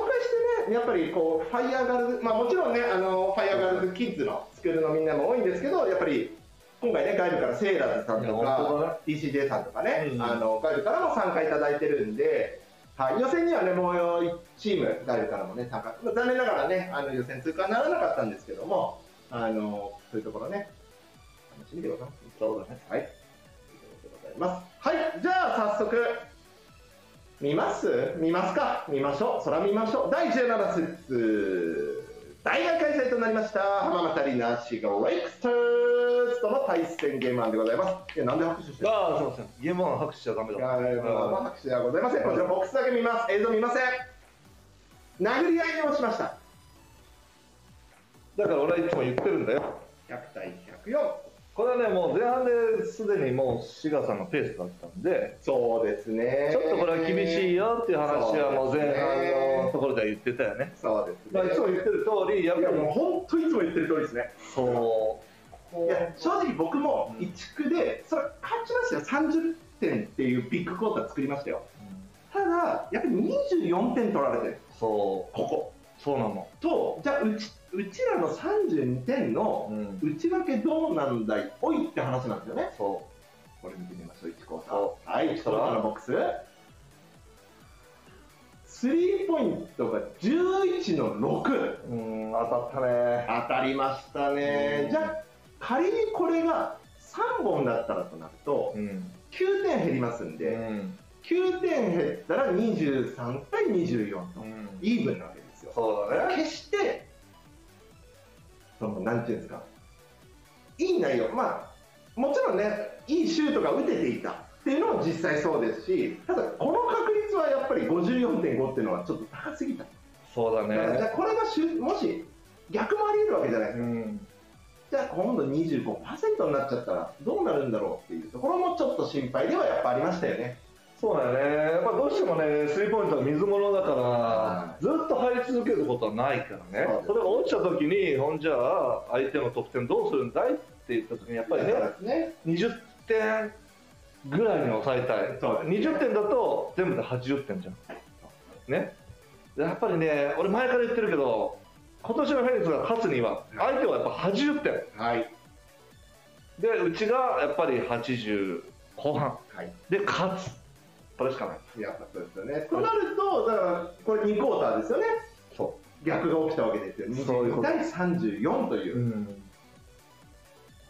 B: てね、やっぱりこう、ファイヤーガールズ、まあもちろんね、あの、ファイヤーガールズキッズのスクールのみんなも多いんですけど、やっぱり、今回ね、外部からセーラーズさんと
D: いや本当だ
B: か、DCJ さんとかね、
D: うん
B: あの、外部からも参加いただいてるんで、はい、予選にはね、もう1チーム、外部からもね、参加、まあ残念ながらね、あの予選通過にならなかったんですけども、あの、そういうところね、楽しみでございます。そうだね。はい。ということでございます。はい、じゃあ早速、見ます見ますか見ましょうそら見ましょう第17節大学開催となりました浜松アリーナシーガレイクスターズとの対戦ゲームなんでございますいやなんで拍手してる
D: ああ、すみません。ゲームは拍手しちゃダメ
B: い
D: だ。
B: やいやいやまあ拍手ではございませんこちらボックスだけ見ます映像見ません殴り合いをしました
D: だから俺はいつも言ってるんだよ。
B: 100対104
D: これはね、もう前半ですでにもう志賀さんのペースだったんで、
B: そうですね
D: ちょっとこれは厳しいよっていう話はもう前半のところでは言ってたよね。
B: そうですね
D: まあ、いつも言ってる通り、やっ
B: い
D: ぱ
B: や
D: り
B: もう本当いつも言ってる通りですね
D: そう。
B: いや正直僕も
D: うん
B: 1区でそれ勝ちましたよ30点っていうビッグクォーター作りましたよ
D: うん
B: ただやっぱり24点取られてる
D: そ
B: ここ
D: う、そうなの。
B: とじゃあうちうちらの32点の
D: ん、
B: 内訳どうなんだいおいって話なんですよね
D: そ
B: これ見てみましょう1クォータ
D: そ
B: ーはい1クォーターのボックススリーポイントが11の6
D: う。うん、当たったね。
B: 当たりました
D: う
B: ね
D: ん
B: じゃあ仮にこれが3本だったらとなると
D: うん。
B: 9点減りますんで、
D: ん。
B: 9点減ったら23対24と、
D: うん。
B: イーブンなわけですよ
D: そうだね。
B: 決してそのなんていうんですかいい内容まあもちろんねいいシュートが打てていたっていうのも実際そうですしただこの確率はやっぱり54.5っていうのはちょっと高すぎた、
D: そう
B: だ
D: だ
B: からじゃあ
D: ね。
B: これがシュもし逆もあり得るわけじゃないですか
D: うん。
B: じゃあ今度25%になっちゃったらどうなるんだろうっていうところもちょっと心配ではやっぱありましたよね
D: そうだよね。まあ、どうしてもね、スリーポイントは水物だから
B: は、
D: ずっと入り続けることはないからね
B: そうで。す
D: それが落ちた時に、ほんじゃあ、相手の得点どうするんだいって言った時に、やっぱりね、
B: ですね
D: 20点ぐらいに抑えたい。
B: そう
D: 20点だと、全部で80点じゃん。ね。やっぱりね、俺前から言ってるけど、今年のフェニックスが勝つには、相手はやっぱ80点。
B: はい
D: でうちがやっぱり80後半
B: はい
D: で勝つこれしかない
B: やっぱそうですよねとなるとだからこれ2クォーターですよね
D: そ
B: 逆が起きたわけですよ
D: そういう
B: 22
D: こと
B: 対34というう、ね
D: ん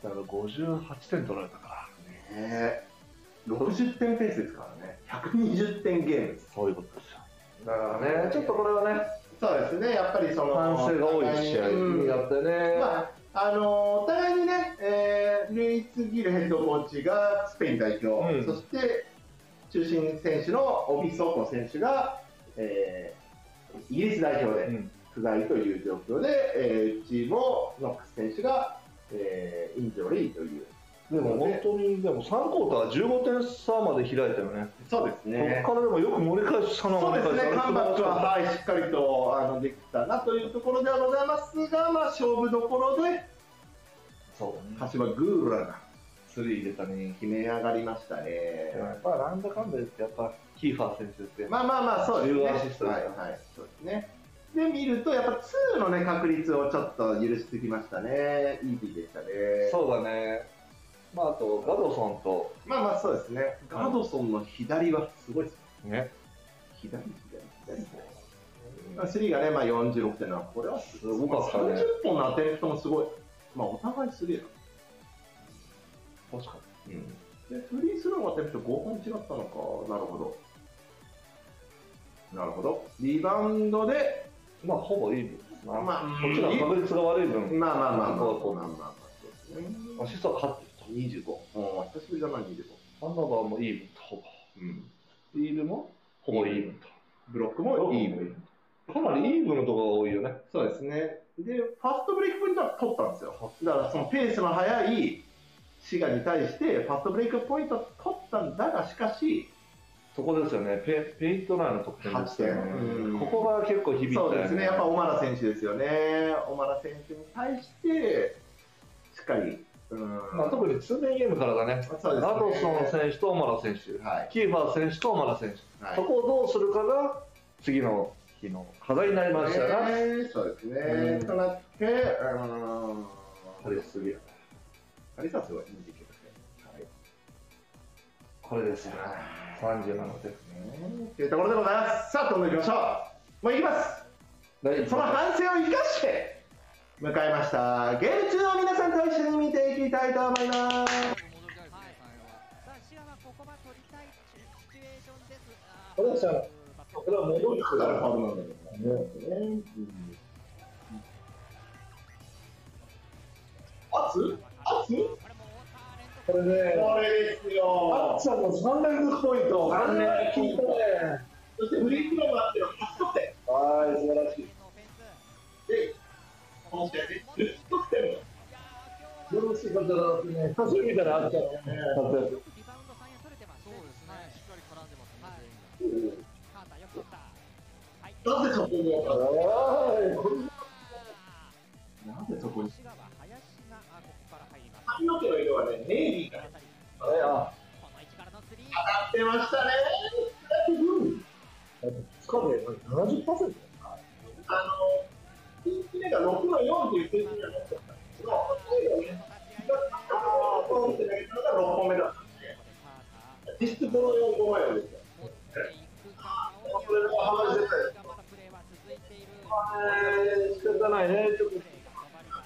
D: だから58点取られたから
B: え60点ペースですからね120点ゲームです
D: そういうことですよだからねちょっとこれはね
B: そうですねやっぱりその
D: 反省が多い試合
B: うん
D: になってね、
B: まああのお互いにね、えー、ルイス・ギルヘッドコーチがスペイン代表、
D: うん
B: そして中心選手のオフィス・オコ選手が、えーイギリス代表で
D: うん
B: 不在という状況で、えーチームをノックス選手が、えーインジョリーという
D: でも本当にでも3クォーター15点差まで開いたよね、
B: そうです
D: ここからでもよく盛り返したの
B: そうですね、カンバックは、
D: は
B: はい、しっかりとあのできたなというところではございますが、まあ、勝負どころで
D: そうだね
B: 柏グーラが
D: スリー入れたね
B: 決め上がりましたね。
D: やっぱなんだかんだ言ってやっぱキーファー選手って
B: まあまあまあ、そうですね。
D: 10アシスト
B: はいはい、そうですね。で、見ると、やっぱ2のね、確率をちょっと許してきましたね。イービーでしたね。
D: そうだね。まあ、あと、ガドソンと、
B: まあまあ、そうですね。ガドソンの左はすごいですね。
D: ね。
B: 左、左、左。まあ、スリーがね、まあ46点なのは、これはす
D: すごかったね
B: 30本のアテンプトもすごい。まあ、お互いすげえな。
D: 確か
B: で、フリースローのアテンプト5本違ったのか。なるほど。なるほど。リバウンドで、
D: に。まあ、ほぼイーブンですな。
B: まあ
D: こっちの確率が悪い分、
B: まあまあまあまあ、
D: そうそう
B: まあまあまあ、そうですね。
D: アシストは勝ってる
B: 25。うん、久しぶりだな、25。
D: と。ハンナバーもイーブンとほ
B: うん。
D: ぼ。イーブンもほぼイーブンと。
B: ブロックもイーブン。
D: かなりイーブンのところが多いよね。
B: そうですね。で、ファストブレイクポイントは取ったんですよ。だからそのペースの速い滋賀に対して、ファストブレイクポイントは取ったんだが、しかし、
D: そこですよね。ペペイントラーの得点ですよ
B: うん
D: ね。ここが結構響いたよ
B: そうですね、やっぱ小原選手ですよね。小原選手に対して、しっかり、うん、
D: まあ、特に2年ゲームからだね。
B: そうですね
D: ラトソン選手とオマラ選手、
B: はい
D: キーファー選手とオマラ選手、
B: はい
D: そこをどうするかが次の日の課題になりましたが、
B: ねそうですね、
D: うん
B: となって、うん、
D: これすげえ
B: アリサはすごい、29得点。はい
D: これですよ、37点。
B: ねというところでございます。さあ、どんどん行きましょう。もう行きます。
D: 第一
B: その反省を生かして迎えましたゲーム中を皆さんと一緒に見ていきたいと思いま
A: さ
B: す
A: あシアはここは取りたいシチュエーションですあー
D: これはシアの
A: まあこ
D: これは戻ってくる
B: なるほどね熱熱
A: れもウォーターレント
C: これね、
B: これですよ
C: あっちゃんの3連続ポイント。
B: 三連続ポイント
C: ね。
B: そしてフリースローもあっての8得点
C: はい、素晴らしい。
A: のオフェンス
B: でこの試合で10得点
C: よろしい方だってね、久しぶり見たらあっちゃんのね。
D: 活躍
A: リバウンド三円取れてます
E: そうですね、しっかり絡んでますね、全員が。
A: カーターよく取ったはい
B: なぜそこに
C: おーい、こんな
B: なぜそこに
A: シアは林があここから入ります
B: 髪の毛の色はねネイビーが
C: あれや、
A: この位置からのスリー
B: 出ましたね
C: つかで70%。
B: あの、ピンチ目が6の4っていう数字にはなってたんですけど、6の4ね、あーポンって投げたのが6本目だったんで、実質5の4、5の4ですよ。これも浜口先
C: えー、仕方ないね。ちょっと、
B: 生、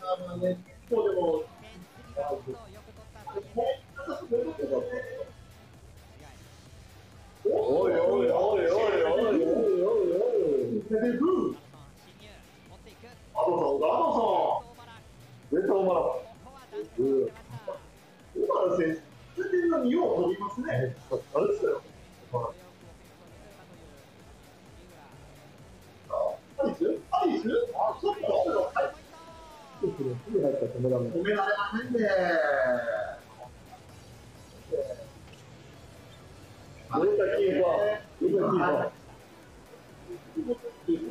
B: あのね、もうでも、これ、ただそれだけだね。おいおいおいおいおいおいで、ふう、アドソンだ、アド
C: 上とおまら。
B: ソン。小原選手、全然の2を飛びますね。
C: あれですよ。
B: アリスアリスあ、そっか、はい
C: ちょっとね、すぐ入ったら止められない。
B: 止められませんね。
C: どれだけいいか、どれだけいいか。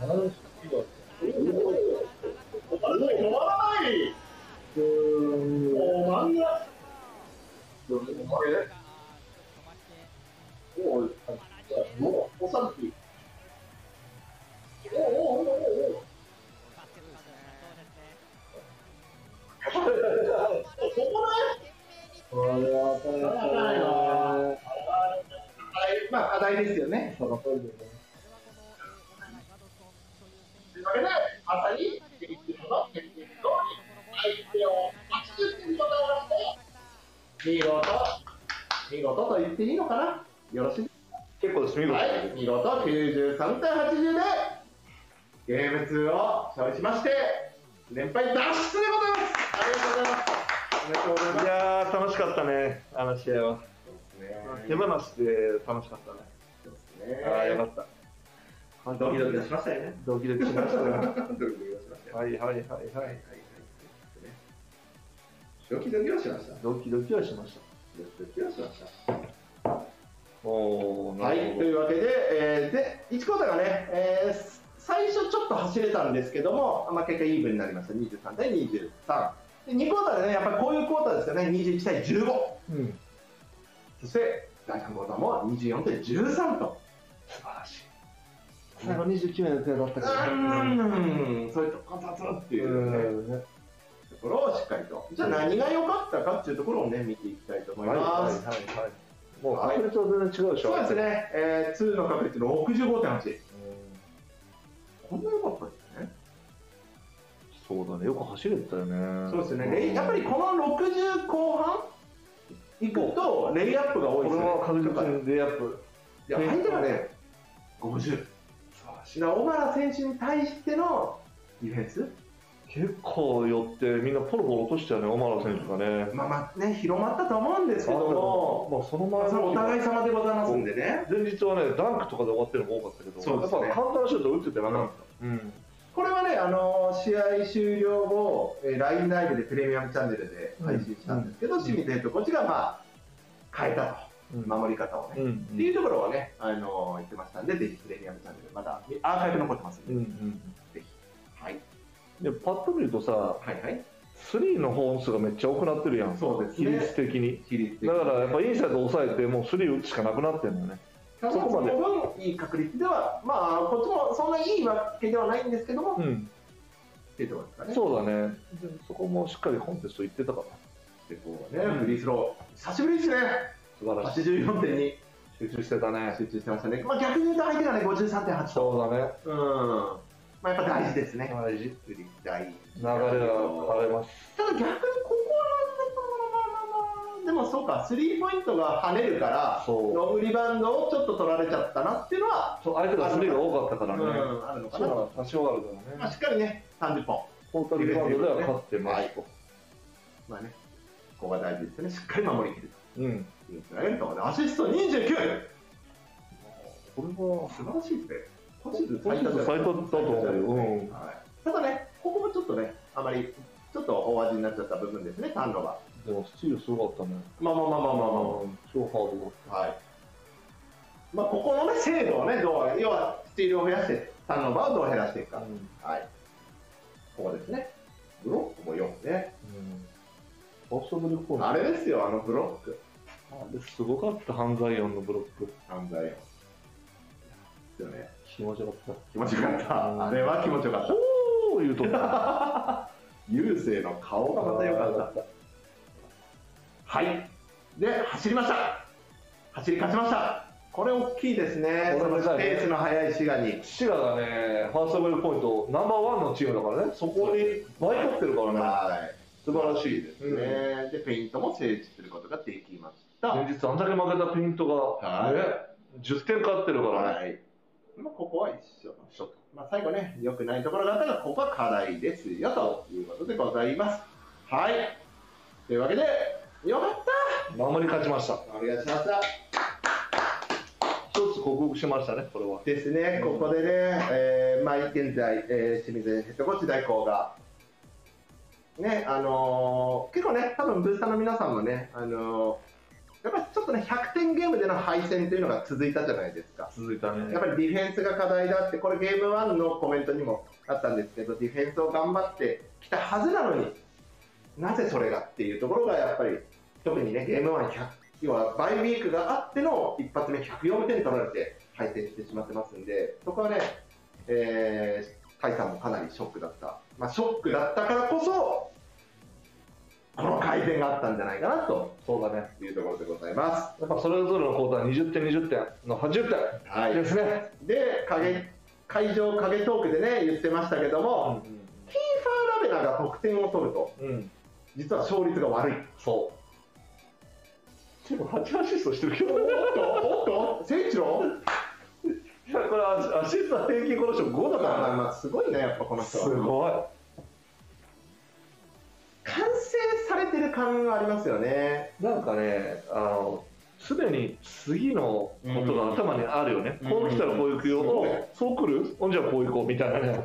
C: 話が
B: お前もう止まらない。
C: うーん
B: もう漫画。もう、もう、おさき。おおおおおお。そこね。
C: これは大変だね
B: はい、まあ、課題ですよね。
C: その通りだね
B: というわけで、まさに、フィリピンの決定通り、相手を80点に答えまして、見事、見事と言っていいのかなよろしい
D: 結構です、見事、
B: はい、見事93対80でゲーム2を勝利しまして連敗脱出でございますありがとうございますおめでとうござい
D: いやー、楽しかったね、あの試合は。
B: ます
D: 手放しで楽しかったね。あーよかった。
B: ドキドキしましたよね
D: ドキドキしましたね。
B: ドキドキしましたよ
D: はいはい
B: は
D: はい
B: い
D: は
B: はい
D: い。
B: ドキドキをしました
D: ドキドキはしまし
B: ドキドキをしました
D: た。おー、
B: はい、というわけで、えーで1クォーターがね、えー最初ちょっと走れたんですけども、まあ、結果イーブンになりました、23対23。で2クォーターでね、やっぱりこういうクォーターですよね、21対15。
D: うん
B: そして、第3クォーターも24対13と。
D: 素晴らしい。最後29年の手だった
B: う
D: からね。
B: ーん、そういうとこだぞっていうね
D: うんね
B: ところをしっかりと。じゃあ何が良かったかっていうところをね、見ていきたいと思い
D: はいはい
B: ます。
D: はいはい。もう確率は全然違うでしょ。
B: そうですね、えー、2の確率65.8。こんな良かったですね。
D: うん。そうだね。よく走れてたよね。
B: そうですね、レイやっぱりこの60後半いくと、レイアップが多
D: こ
B: いで
D: れ
B: すね、
D: は確実にレイアップ。
B: いや相手はね、50、だから小原選手に対してのディフェンス、
D: 結構寄って、みんなポロポロ落としたよね、オマラ選手がね。
B: まあまあね、広まったと思うんですけども、
D: まあ、その
B: まあ
D: 前
B: それはお互い
D: い
B: 様でございますんでね、
D: 前日はね、ダンクとかで終わってるのも多かったけど、
B: そうですね
D: やっぱ簡単なシュート打っててなかった。うん。
B: これはね、あの試合終了後、えー LINE ライブでプレミアムチャンネルで配信したんですけど、清水ヘッドコーチが、まあ、変えた
D: う
B: と、守り方をね。
D: ん。う
B: ってい
D: ん。
B: うところをね、あの言ってましたんで、ぜひプレミアムチャンネル、まだアーカイブ残ってますんで、
D: うん。
B: はい、
D: で、パッと見るとさ、
B: はい、はい、
D: スリーの本数がめっちゃ多くなってるやん。
B: そうです
D: 比
B: ね
D: 率的に。
B: 比率的
D: だ
B: に
D: からやっぱインサイド抑えて、もうスリー打つしかなくなってるのね。
B: ただ
D: そこまで
B: その分いい確率では、まあ、こっちもそんないいわけではないんですけども、
D: う
B: っ
D: ん。
B: ていうところですかね。
D: そうだね。でそこもしっかりコンテスト行ってたから。
B: でこうね、フリースロー、久しぶりですね、
D: 素晴らしい。
B: 84.2、
D: 集中してたね。
B: 集中してましたね、まあ、逆に言うと相手がね、53.8と、
D: そうだね。
B: うん、まあ、やっぱ大事ですね、
D: 大事。
B: フリー大事
D: 流れが変
B: た
D: れます。
B: だ逆にここはなんでかな、まあまあまあまあでもそうか、スリーポイントが跳ねるから、
D: そう
B: ロングリバウンドをちょっと取られちゃったなっていうのは、
D: そう相手がスリーが多かったからね。
B: うんあるのか
D: そう
B: な、
D: だ、多少あるか
B: ま
D: ら
B: あ、
D: ね。
B: しっかりね、30本、
D: トータルリバウンドでは勝ってますと。
B: まあね、ここが大事ですね、しっかり守りきる
D: うん。
B: というつなげると、アシスト29、
D: これは
B: 素晴らしいですね、今シーズン
D: 今シーズン最多だと思うようん
B: はい、ただね、ここもちょっとね、あまりちょっと大味になっちゃった部分ですね、ターンオーバ
D: でもスチールすごかったね。
B: ー。まあまあまあまあまあまあ
D: うん超ハードだっ
B: はい。まあ、ここのね、精度をね、どう、要は、スチールを増やして、ターンオーバーをどう減らしていく
D: た。
B: か
D: う。ん
B: はい。ここですね。ブロックも4ね。
D: ファーストブリックコーナー
B: あれですよ、あのブロック。
D: あれすごかった、犯罪音のブロック。
B: 犯罪を。ですよね。
D: 気持ちよかった。
B: 気持ちよかった。あれは気持ちよかった。
D: おー言うとった。
B: 優勢の顔がまた良かった。はい。で、走りました。走り勝ちました。これ大きいですね。
D: こ
B: そ
D: れ
B: の
D: で
B: ス
D: かいね
B: ペースの速い滋賀に。
D: シガがね、ファーストブリックポイント、ナンバーワンのチームだからね、そこに倍取ってるからね、
B: はい。
D: 素晴らしいで
B: ねで、ペイントも成立することができました。
D: 前日あんだけ負けたペイントが、
B: はい
D: ね、10点勝ってるからね、
B: はい。まあ、ここは一緒。一緒と。まあ、最後ね、良くないところがあったら、ここは課題ですよ、ということでございます。はい。というわけで、よかっ
D: 守り勝ちました。
B: たお願いしました。
D: 一つ克服しましたね、これは。
B: ですね、ここでね、えーまあ、現在、えー清水ヘッドコーチ代行が、ね、あのー結構ね、多分ブースターの皆さんもね、あのーやっぱりちょっとね、100点ゲームでの敗戦というのが続いたじゃないですか。
D: 続いたね
B: やっぱりディフェンスが課題だって、これゲーム1のコメントにもあったんですけど、ディフェンスを頑張ってきたはずなのになぜそれがっていうところがやっぱり、特にね、ゲーム1、100要はバイウィークがあっての一発目104点取られて敗戦してしまってますんで、そこはね、えー、甲斐さんもかなりショックだった。まあ、ショックだったからこそ、この改善があったんじゃないかなと
D: そうだね。
B: いうところでございます。
D: やっぱそれぞれのコートは20点、20点の80
B: は
D: 点
B: い
D: ですね。
B: で影会場影トークでね言ってましたけども、キーファー・ラベナが得点を取ると
D: うん、うん、
B: 実は勝率が悪い
D: そう。でも8アシストしてるけど、
B: おっとおっと聖一郎
D: いやこれアシアシスト平均この人5だ
B: まあ
D: か
B: ま
D: ら
B: あ
D: ね。
B: まあすごいねやっぱこの人
D: す
B: は
D: ごい。
B: 完成されてる感がありますよね
D: なんかね、あの、すでに次のことが頭にあるよね。
B: うん
D: こう来たらこう行くよ。
B: うん
D: おそう来るほんじゃあこう行こうみたいなね。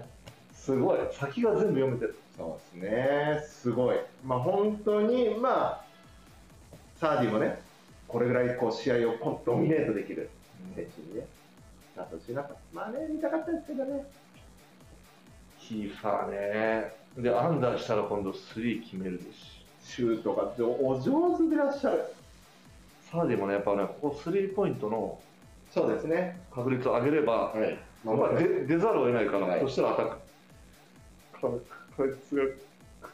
D: すごい。先が全部読めてる。
B: そうですねすごいまあ本当にまあサーディもねこれぐらいこう試合をコンドミネートできる選手にねなってほしいなとまあね見たかったですけどね
D: キーファーね。で、アンダーしたら今度3決めるですし。
B: シュートがお上手でいらっしゃる
D: サーディもね、やっぱね、ここスリーポイントの
B: そうですね
D: 確率を上げれば、
B: はい。
D: まあ、で出ざるを得ないから、
B: はい
D: そしたらアタック。ここいつが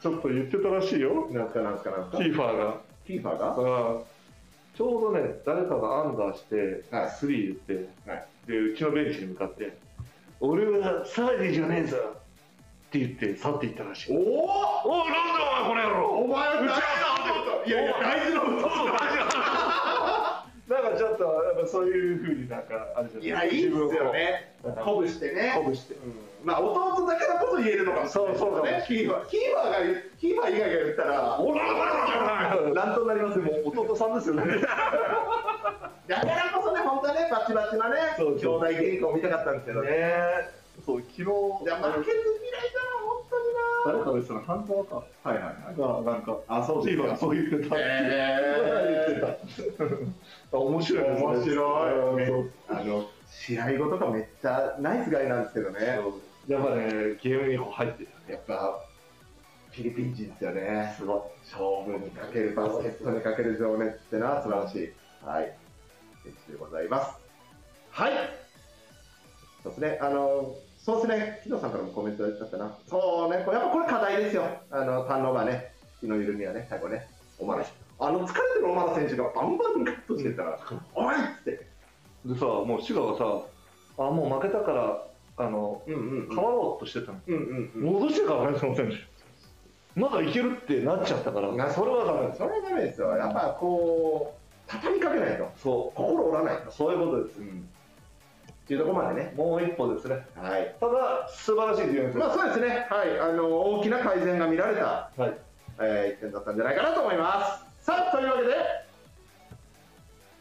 D: ちょっと言ってたらしいよ、
B: なんすかなんすかなんす
D: キ
B: か。
D: ーファーが。
B: キーファーが。
D: うんちょうどね、誰かがアンダーして、
B: はい
D: スリー言って、
B: はい
D: で、うちのベンチに向かって、俺はサーディじゃねえぞって言って去っていったらしい。お
B: お
D: お、なんだお前、この野郎
B: お。前は
D: うちは
B: 大事なこと。いやいや大事なこと。
D: なんかちょっととやっぱそういうふうになんかある
B: い
D: じゃ
B: や
D: ない
B: いいっすよね
D: 自分をこ
B: 鼓
D: う
B: 舞してね
D: 鼓舞して
B: うんまあ弟だからこそ言えるのかもしれない
D: そうそうかもしれな
B: ね
D: い
B: キーファーキーファーが言うキーファー以外が言ったら
D: おらららららら
B: なんとなりますよ
D: もう弟さんですよね
B: だからこそね本当はねバチバチなね
D: そう
B: 兄
D: そう
B: 弟喧嘩を見たかったんですけどね
D: えそう昨日
B: じゃあ負けず嫌いだな本当に
D: 誰かが言ってたの半沢か
B: なはいはいはい
D: がなんか
B: あそう
D: 今がそう言ってた
B: へー
D: 言ってた 面白いですね
B: 面白い
D: そう
B: あの試合後とかめっちゃナイスガイなんですけどね
D: やっぱねゲームにこう入ってる
B: やっぱフィリピン人ですよね
D: すごい
B: 勝負にかけるバスケットにかける情熱ってのは素晴らしいはい選手でございますはいそうですねあのそうですね木野さんからもコメントだったなそうねこれやっぱこれ課題ですよあの反応がね気の緩みはね最後ねおまらあの疲れてるおまら選手がバンバンカットしてたら「おい!」っつって
D: でさもうシガがさあもう負けたからあの
B: うんうん
D: 変わろうとしてたの
B: うんうんうん
D: 戻してからねその選手まだいけるってなっちゃったから
B: な
D: それはダメです
B: それはダメですよやっぱこう畳みかけないと
D: そ
B: 心折らないと
D: うそういうことです
B: っていうところまでね
D: もう一歩ですね
B: はい
D: ただ素晴らしいディフェンス
B: まあそうですね、はい、あの大きな改善が見られた、
D: はい
B: えー一点だったんじゃないかなと思います。さあ、というわけで、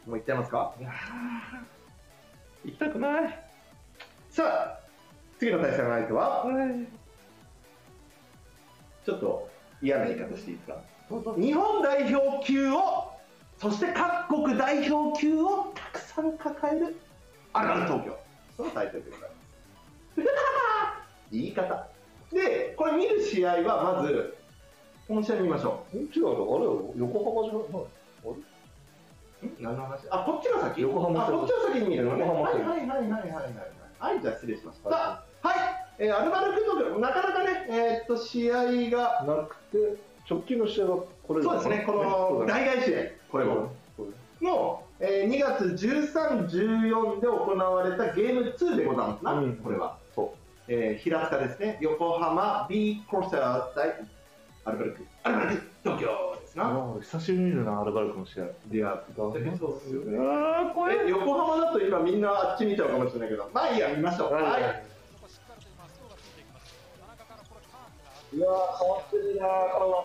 B: もういっちゃいますか。
D: 行きたくない
B: さあ、次の対戦の相手は、
D: はい
B: ちょっと嫌な言い方していいですか。日本代表級を、そして各国代表級をたくさん抱える、アラン東京。そのタイトルでございます。 言い方。で、これ見る試合は、まず、この試合見ましょう。
D: 違うよあれよ横浜じゃない
B: 何の話あこっちが先
D: 横浜
B: あこっちが先に見るのね
D: 横浜
B: はいはいはいはいはいはいはいじゃあ失礼しましたさあはい、えーアルバルク東京なかなかねえーっと試合が
D: なくて直近の試合はこれ
B: そうですねこの大外試合これもの、えー2月1314で行われたゲーム2でございますな、
D: うん
B: これは
D: そ
B: えー平塚ですね横浜 B コルセアー対アルバルクアルバルク東京ですな、
D: あ久しぶりに見るなアルバルクの試合
B: では
D: そうで
B: ですよね
D: ああ怖い
B: え横浜だと今みんなあっち見ちゃうかもしれないけどまあいいや見ましょう
D: はい
B: は
E: しっ
B: い
E: かりと今、スローがついていきます。田中からこれカーブがあっ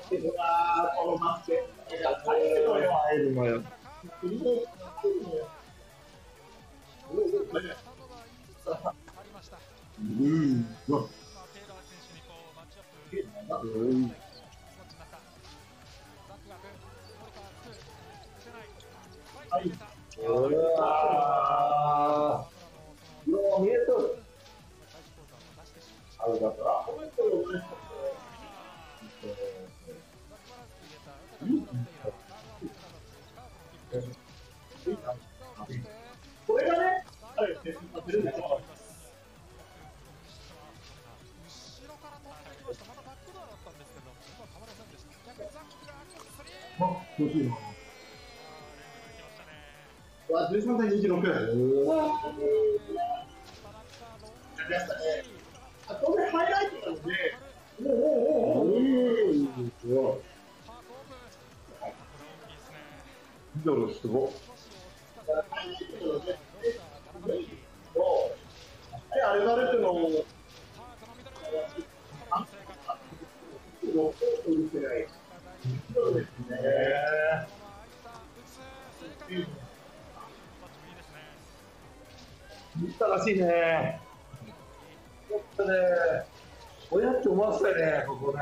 E: て
B: うわ変わってるなこのバスケうわこのバスケ
D: 入る前
E: だからカーブがスタンドが5つありました。
B: うん
E: まあ、テイラー選手にこうマッチアップスナッチになった。ザックが来る。モルカー2。してない。バイクが出た。
B: うわもう見えとる
E: 最終クォーターを出してしまいました。
B: あれだか
E: ザ
B: ら
E: ックバランスに入れた。ザックバランステイラー。カーブを見せたカーブのキック。テイラーがキックアウトして。
B: これがね
E: バイクが出てしまいます後ろから取ってきました。またバックドアだったんですけど、今はたまりませんでした。逆にザックがこっそり。
B: うわ13対26うわあこれハイライトなんでおおおおおお
D: ミドルすご
B: えアルバルクのもう打ってないそうですね
D: 見たらしいねちょっとね親って思わせたよねここね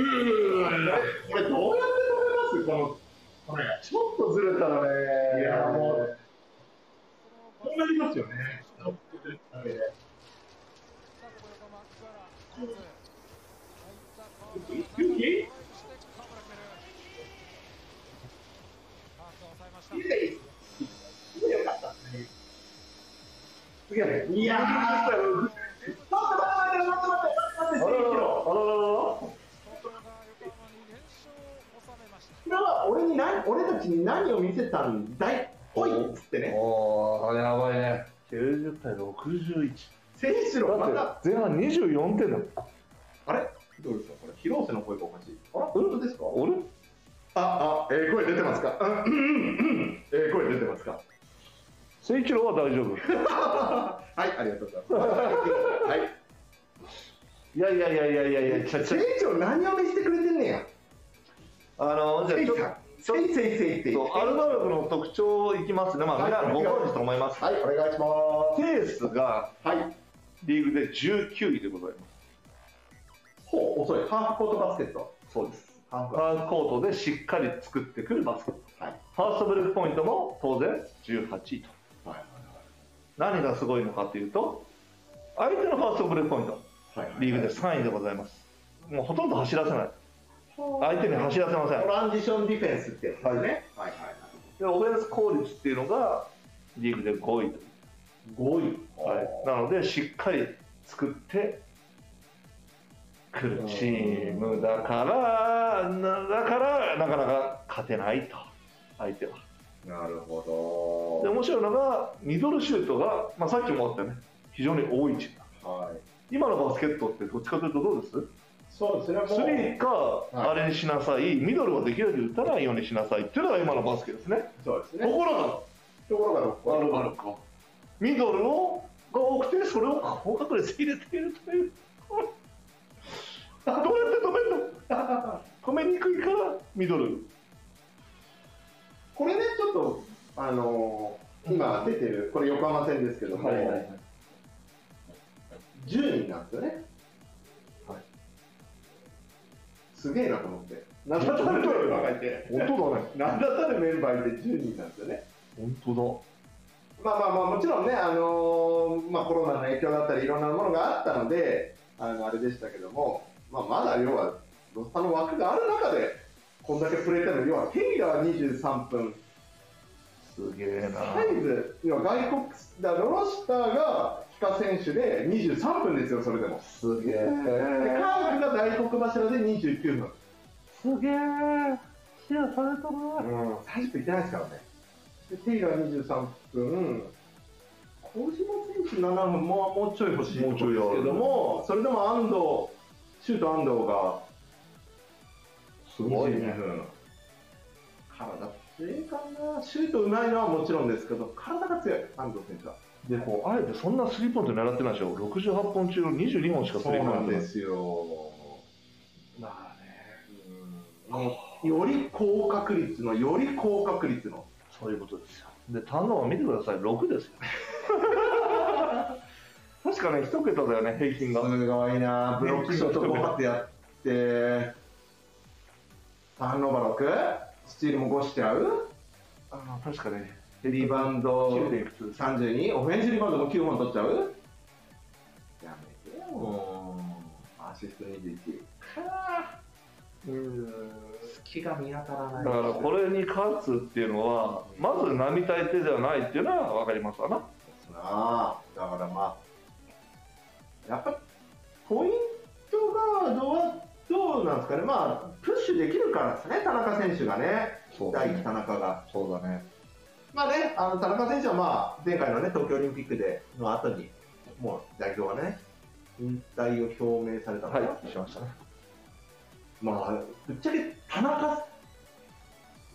B: これどうやって止めますこのこれ
D: ちょっとずれたらね
B: いやもうこうなりますよね勇気いやよかったねすげえね。いやー、ちょっと待って待って待って待って待って、1 0キロ。
D: あらららら
B: これは俺に何、俺たちに何を見せたんだいほいっつってね。
D: おー、やばいね。90対61。
B: 選手のま
D: だ
B: た、
D: って前半24点だもん。
B: あれどうですかこれ、広瀬の声がおかしい。あら、本当ですか
D: 俺
B: あ、あ、えー、声出てますかうんうんうん。えー、声出てますか
D: 誠一郎は大丈夫。
B: はい、ありがとうございます。 はい。
D: いやいやいやいやいやいや、ちゃちゃ
B: 選。手を何を見せてくれてんねや。
D: あの、じゃあ
B: せい
D: ちょっ
B: さん。
D: ちょ
B: せいせいせいせい。
D: と、アルバルクの特徴いきますね。まあ、
B: はい
D: 皆さんご存知と思います。
B: はい、お願いしま
D: ペースが
B: す。はい。
D: リーグで19位でございま
B: ほう、遅い。ハーフコートバスケット。
D: す。そうです。
B: ハーフ
D: ファーコートでしっかり作ってくるバスケット、
B: はい
D: ファーストブレイクポイントも当然18位と、
B: はいはい
D: 何がすごいのかというと相手のファーストブレイクポイント
B: はい
D: リーグで3位でございますもうほとんど走らせない相手に走らせません
B: トランジションディフェンスってやつですね。はいはい
D: でオフェンス効率っていうのがリーグで5位
B: 5
D: と、はい、なのでしっかり作ってくるチームだからなだからなかなか勝てないと相手は
B: 位。なるほ
D: で面白いのがミドルシュートが、まあ、さっきもあったよね非常に多いチーム
B: ど。はい。
D: 今のバスケットってどっちかというとどうです
B: そうですね。もう
D: スリーか
B: はい
D: あれにしなさい、ミドルができるだけ打たないようにしなさいっていうのが今のバスケですね
B: そうです
D: と
B: ね。
D: ころ
B: ところが
D: がアルバ
B: る。
D: ルクはミドルをが多くてそれを高確率で入れているというどうやって止めるの止めにくいからミドル
B: これね、ちょっと、あのー、今出てる、これ横浜戦ですけども、10人なんですよね。
D: はい
B: すげえなと思って。名
D: だ
B: だ
D: た
B: た
D: る
B: る
D: メ
B: メ
D: ン
B: ン
D: バ
B: バ
D: ー
B: ーがいて、
D: 本当だね
B: 名だたるメンバーいて10人なんですよね。
D: 本当だ
B: まあまあまあ、もちろんね、あのーまあ、コロナの影響だったり、いろんなものがあったので、あのあれでしたけども、まあ、まだ要は、ロスタの枠がある中で、こんだけプレータイム、要は、ケイが23分、
D: すげえな
B: サイズ、要は外国、だロロシターが、帰化選手で23分ですよ、それでも。
D: すげえ
B: で、カークが大黒柱で29分。
D: すげえシェアされたな
B: うん、30分いってないですからね。で、テイラー23分、小島選手7分、まあもうちょい欲しいところですけども、それでも安藤、シュート安藤が
D: すごいね
B: 22分。体強いかな、シュートうまいのはもちろんですけど、体が強い、安藤選手は。
D: でこうあえてそんなスリーポイント狙ってないでしょ68本中の22本しかスリーポイント
B: すよ。まあね、うんもうより高確率の、より高確率の。
D: そういうことですよでターンオーバー見てください6ですよ 確かね一桁だよね平均が
B: すごいなブロックショット5発やってターンオーバー 6? スチールも5しちゃう
D: あー確かね
B: リバウンド
D: 9点いくつです
B: 32オフェンスリバウンドも9本取っちゃうやめてよアシスト21隙が見当たらな
D: だ
B: い
D: からこれに勝つっていうのはまず並大抵ではないっていうのは分かりますわな
B: なあだからまあやっぱポイントガードはどうなんですかねまあプッシュできるからですね田中選手がね
D: そうだ
B: 第
D: ね
B: 一田中が
D: そうだね
B: まあね、あの田中選手は、まあ、前回の、ね、東京オリンピックでの後に、もう代表はね、引退を表明されたの
D: は
B: か
D: い
B: な、
D: しましたね
B: まあ、ぶっちゃけ田中、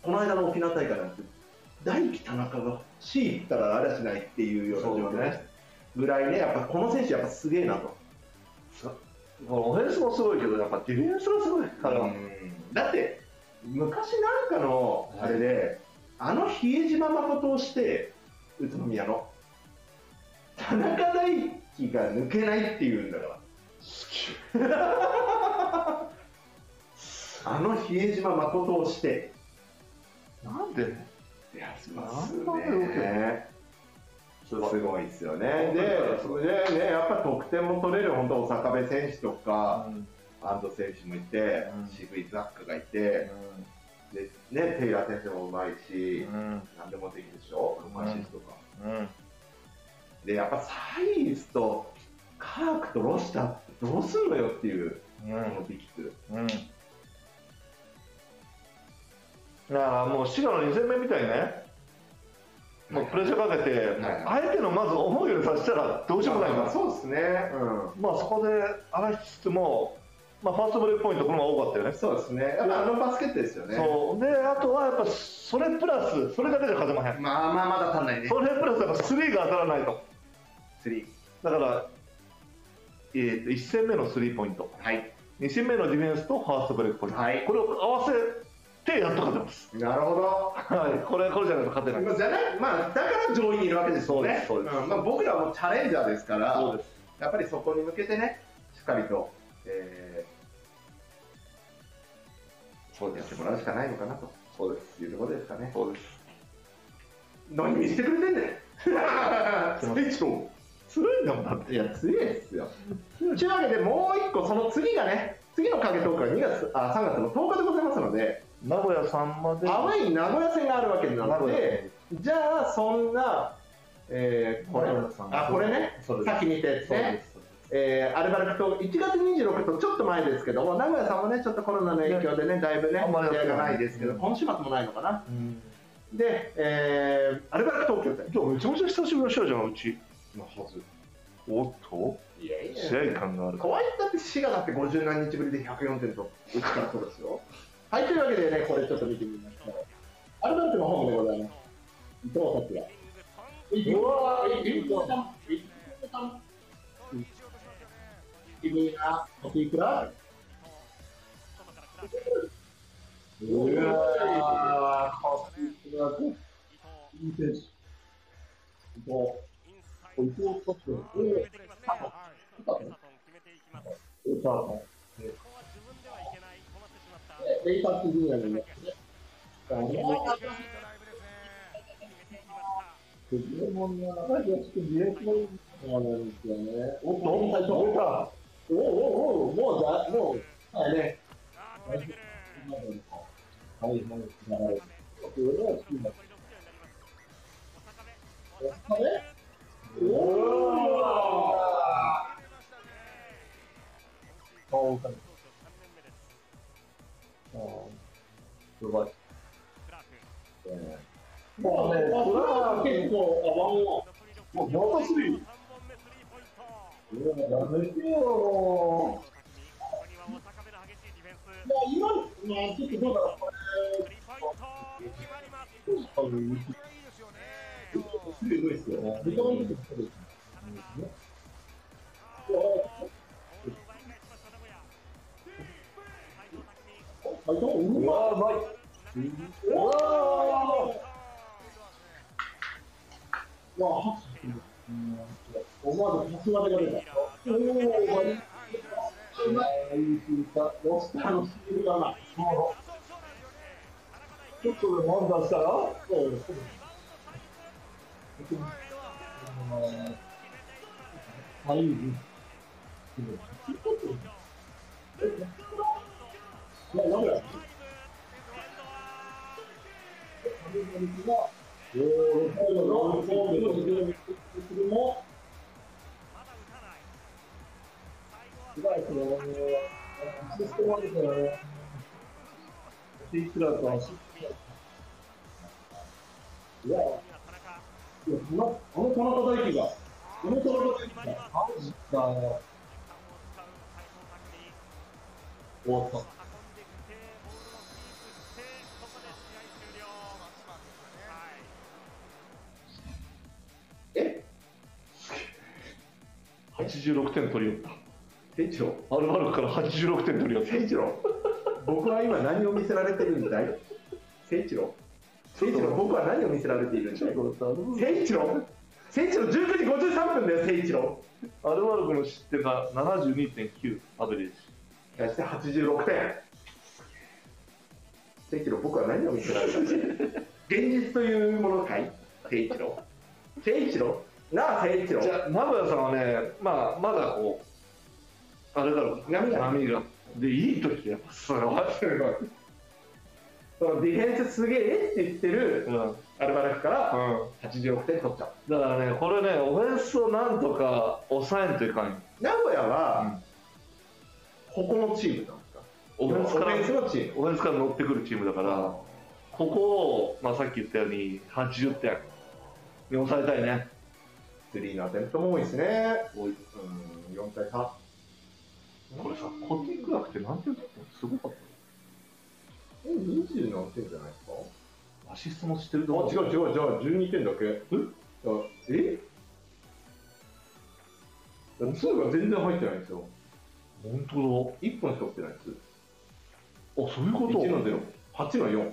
B: この間の沖縄大会なんて、大輝田中が C 行ったらあれはしないっていうような状況でしたぐらいね、やっぱこの選手、やっぱすげえなと。
D: このオフェンスもすごいけどやっぱディフェンスがすごい彼は、
B: だって、昔なんかのあれで、あの比江島誠をして、宇都宮の、田中大輝が抜けないっていうんだから、 あの比江島誠をして、
D: なんで
B: いや、す
D: なんで動け
B: ね。すごいですよね。で
D: うん、
B: それでね、やっぱ得点も取れる、本当、大阪部選手とか、安藤選手もいて
D: うん、
B: 渋いザックがいて、でね、テイラー選手もうまいし、
D: うん
B: 何でもできるでしょ、
D: ん
B: マシスとか。
D: うん
B: で、やっぱサイスとカークとロシターってどうすんのよっていう、このビッグ。
D: うん。ああ、もう滋賀の2戦目みたいにね、もうプレッシャーかけて、
B: はい
D: 相手のまず思うようにさせたらどうしようもないから、
B: そうですね。う
D: まあ、そこで荒らしつつも、まあ、ファーストブレイクポイント、このまま多かったよ
B: ん。
D: ね。
B: そうですね。やっぱあのバスケットですよね。
D: そうであとはやっぱそれプラスそれだけじゃ勝てまへん
B: まあまあ、まだ足んないね。
D: それプラスやっぱスリーが当たらないと
B: スリー。
D: だから、えー、と1戦目のスリーポイント
B: はい。
D: 2戦目のディフェンスとファーストブレイクポイント、
B: はい
D: これを合わせてやっと勝てます、
B: なるほど。
D: はい、これこれじゃないと勝てない
B: まあ、じゃない、まあ、だから上位にいるわけですよね。
D: そうですそうです
B: んまあ、僕らはもうチャレンジャーですから、
D: そうです
B: やっぱりそこに向けてね、しっかりと、えー、そうやってもらうしかないのかなと。そうです。いうところですかね。
D: そうです
B: 何見せてくれてんねん。最長。
D: 強いんだもんだって
B: いや、強いですよ。というわけで、もう一個、その次がね、次の影トークは2月、あ、3月の10日でございますので、
D: 名古屋さんまで
B: 淡い名古屋戦があるわけな
D: 名
B: の
D: 古屋
B: で、じゃあ、そんな、えー、これ
D: 名古屋さ、ん
B: あ、これね、
D: そうです
B: さっき見たやつ
D: そう
B: ね
D: で。す
B: えーアルバルクと1月26日とちょっと前ですけども、名古屋さんもね、ちょっとコロナの影響でね、だいぶね、
D: あんまりやっ
B: 試
D: てな
B: 合が
D: い
B: ないですけど、今週末もないのかな。
D: うん
B: で、えーアルバルク東京戦。
D: でもめちゃめちゃ久しぶりの試合じゃんうち
B: のはず。
D: おっと
B: いやいや
D: 試合感がある
B: 可愛いだって滋賀だって50何日ぶりで104点と打ったとこですよ。はい、というわけでね、これちょっと見てみましょう。アルバルクのホームでございます。伊藤達也。うわー、伊藤さん、伊藤さん、君が、時いくらうわー、これはねいい選手。もう、伊藤達也。レイカーズレイカーズジュニアになってね、デジモンの中東君、ディフェンスもいいなんですよね。おっと、おっと、おっと、おおおお、もうだ、もう、はいね、はい、はい、はい。おおおおすごい。もうね、これは結構、あ、ワンオン。もうノートスリー。やめてよもう今の、まあ、ちょっとどうだろう、これ、多分、すごいですよね。時間も結構かかるんですね。あ、どううまいうまい。うわーわあ、思わずパスまでが出た。おお、うまい。うまい。いいシュートロスターのシールだな。ちょっとでも満足したらそうです。はい、いいね。いや、やめろ。おー最後のフォームのスルーもうまいですねアシストもあるからねシークラーとアシストいやいやこのこの田中大輝がこの田中大輝がマジか終わったえ
D: 86点取り寄っ
B: 店長
D: たアルバルクから86点取り寄った
B: 誠一郎僕は今何を見せられてるんだい誠一郎誠一郎僕は何を見せられているんだい誠一郎誠一郎19時53分だよ誠一郎
D: アルバルクの失点が72.9アベレージ
B: 対して86点誠一郎僕は何を見せられたんだい現実というものかい誠一郎誠一郎なあ誠一郎
D: じゃあ名古屋さんはね、まあ、まだこうあれだろう
B: 波が
D: 波がでいい時やっぱすごい
B: すごいそのディフェンスすげえって言ってる
D: うん、うん、
B: アルバルクから86点取っちゃう
D: だからね、これね、オフェンスをなんとか抑えんといかんよ、
B: 名古屋
D: う
B: は
D: ん
B: ここのチームなんですか
D: オフェンス
B: オ
D: か
B: フ
D: ら
B: ェンスのチーム
D: オフェンスから乗ってくるチームだから、ここを、まあ、さっき言ったように、80点に抑えたいね、
B: スリーのアテンプトも多いですね
D: 多い
B: うん4対3
D: これさ、コティング枠って何点取ってんのすごかっ
B: え20の点じゃないですか
D: たアシストもしてる
B: あ
D: と思う。
B: 違う違うじゃあ12点だけええ2が全然入ってないんですよ
D: 本当
B: 1本しか打ってないです
D: だ。あ、そういうこと
B: 1の0 8の4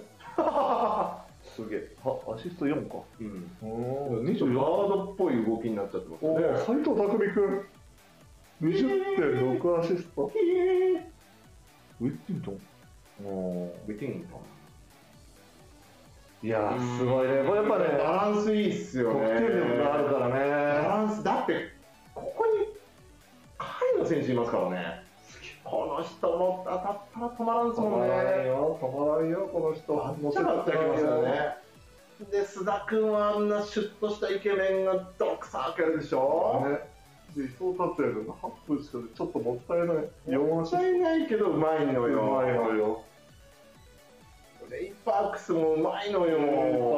B: すげえ
D: あ、アシスト4か。
B: うん
D: お
B: ちょっとガードっぽい動きになっちゃってますね。
D: 斎藤匠君、20.6アシスト。ウィッティントン。
B: 見ていいのか
D: いやー、すごいね。これやっぱね
B: な、バランスいいっすよ
D: 得
B: ね。
D: 点力があるか
B: バ
D: らね。
B: ランス、だって、ここに、彼の選手いますからね。この人も当たったら止まらんですもんね。
D: よ、止まらんよ、この人
B: めっちゃかってきますよね。で、須田君はあんなシュッとしたイケメンがドクサー開けるでしょ。
D: で伊藤達也君が8分しかでちょっともったいない。
B: も
D: 4
B: ったいないけど、うまいのよ。
D: よ。
B: レイパークスもうまいのよ。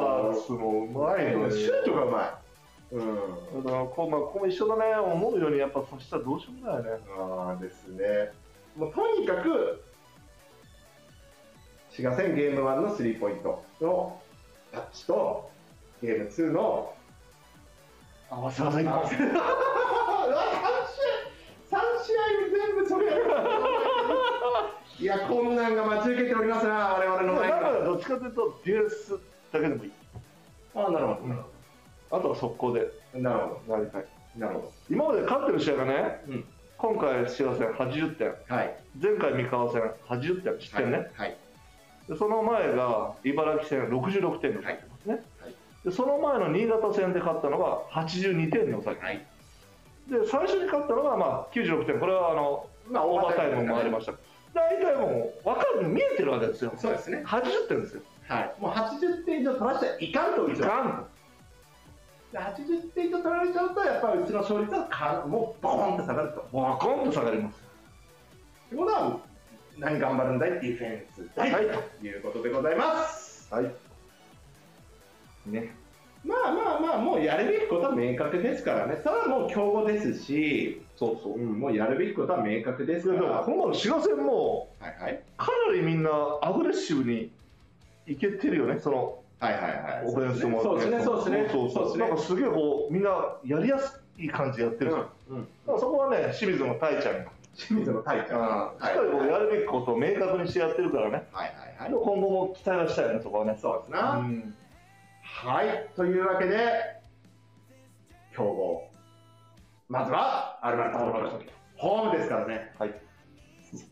D: パースもうまいの
B: シ
D: よ
B: ュートがうまい。うん。
D: だからこう、まあ、ここも一緒だね、思うように、やっぱそしたらどうしようもないね。
B: ああですね。もうとにかく、滋賀戦ゲーム1のスリーポイントのタッチと、ゲーム2の、
D: 合わせなさい。
B: あ3試合、三試合全部それやるいや、困難が待ち受けておりますな、我々の前
D: だか
B: から。
D: らどっちかというと、ディフェンスだけでもいい。
B: ああ、なるほ
D: あとは速攻で
B: ど。なるほ
D: なりたい。
B: ど。なるほ
D: 今まで勝ってる試合がね、
B: うん
D: 今回、塩戦80点、
B: ど。はい。
D: 前回、三河戦80点、失点ね、
B: はい。
D: でその前が茨城戦66点で抑えてますね、
B: はい
D: で、その前の新潟戦で勝ったのが82点に抑えてます、
B: はい。
D: で最初に勝ったのがまあ96点、これはあの、
B: まあ、
D: オ
B: オー
D: ーバ
B: バ
D: ー
B: ー
D: タ
B: タ
D: イ
B: イ
D: ム
B: ム
D: も
B: もあ
D: あり
B: り
D: ま
B: ま
D: した、大体もう分かる、見えてるわけですよ、
B: す。そうですね。
D: 80点ですよ、
B: はい。もう80点以上取らせていかんと、うちは。
D: ガン
B: で80点以上取られちゃうと、やっぱりうちの勝率はかもうボーンと下がると。
D: と、バコンと下がります。
B: ってことは、何頑張るんだいディフェンスだい、
D: はい
B: ということでございます。
D: はい。ね。
B: まあまあまあ、もうやるべきことは明確ですからね、それはもう強豪ですし、そうそう、ん、もうやるべきことは明確です
D: いや
B: か
D: で
B: ら、
D: も
B: は
D: 今回の滋賀戦も
B: いはい、
D: かなりみんなアグレッシブにいけてるよね、その
B: はいはいはい、
D: オフェンスも
B: そうですね、そうですね、
D: そうそう
B: です
D: なん
B: ね
D: か、すげえこうみんなやりやすい感じでやってるじゃん。だ
B: うんうん
D: からそこはね清水の大ちゃんが、
B: 清水の大会、
D: しっかりこうやるべきことを明確にしてやってるからね。
B: はいはいは
D: 今後も期待はしたいよねそこはね
B: い、。そうですな。
D: うん
B: はい、というわけで、強豪、まずはアルバルク
D: アルバルク
B: ホームですからね、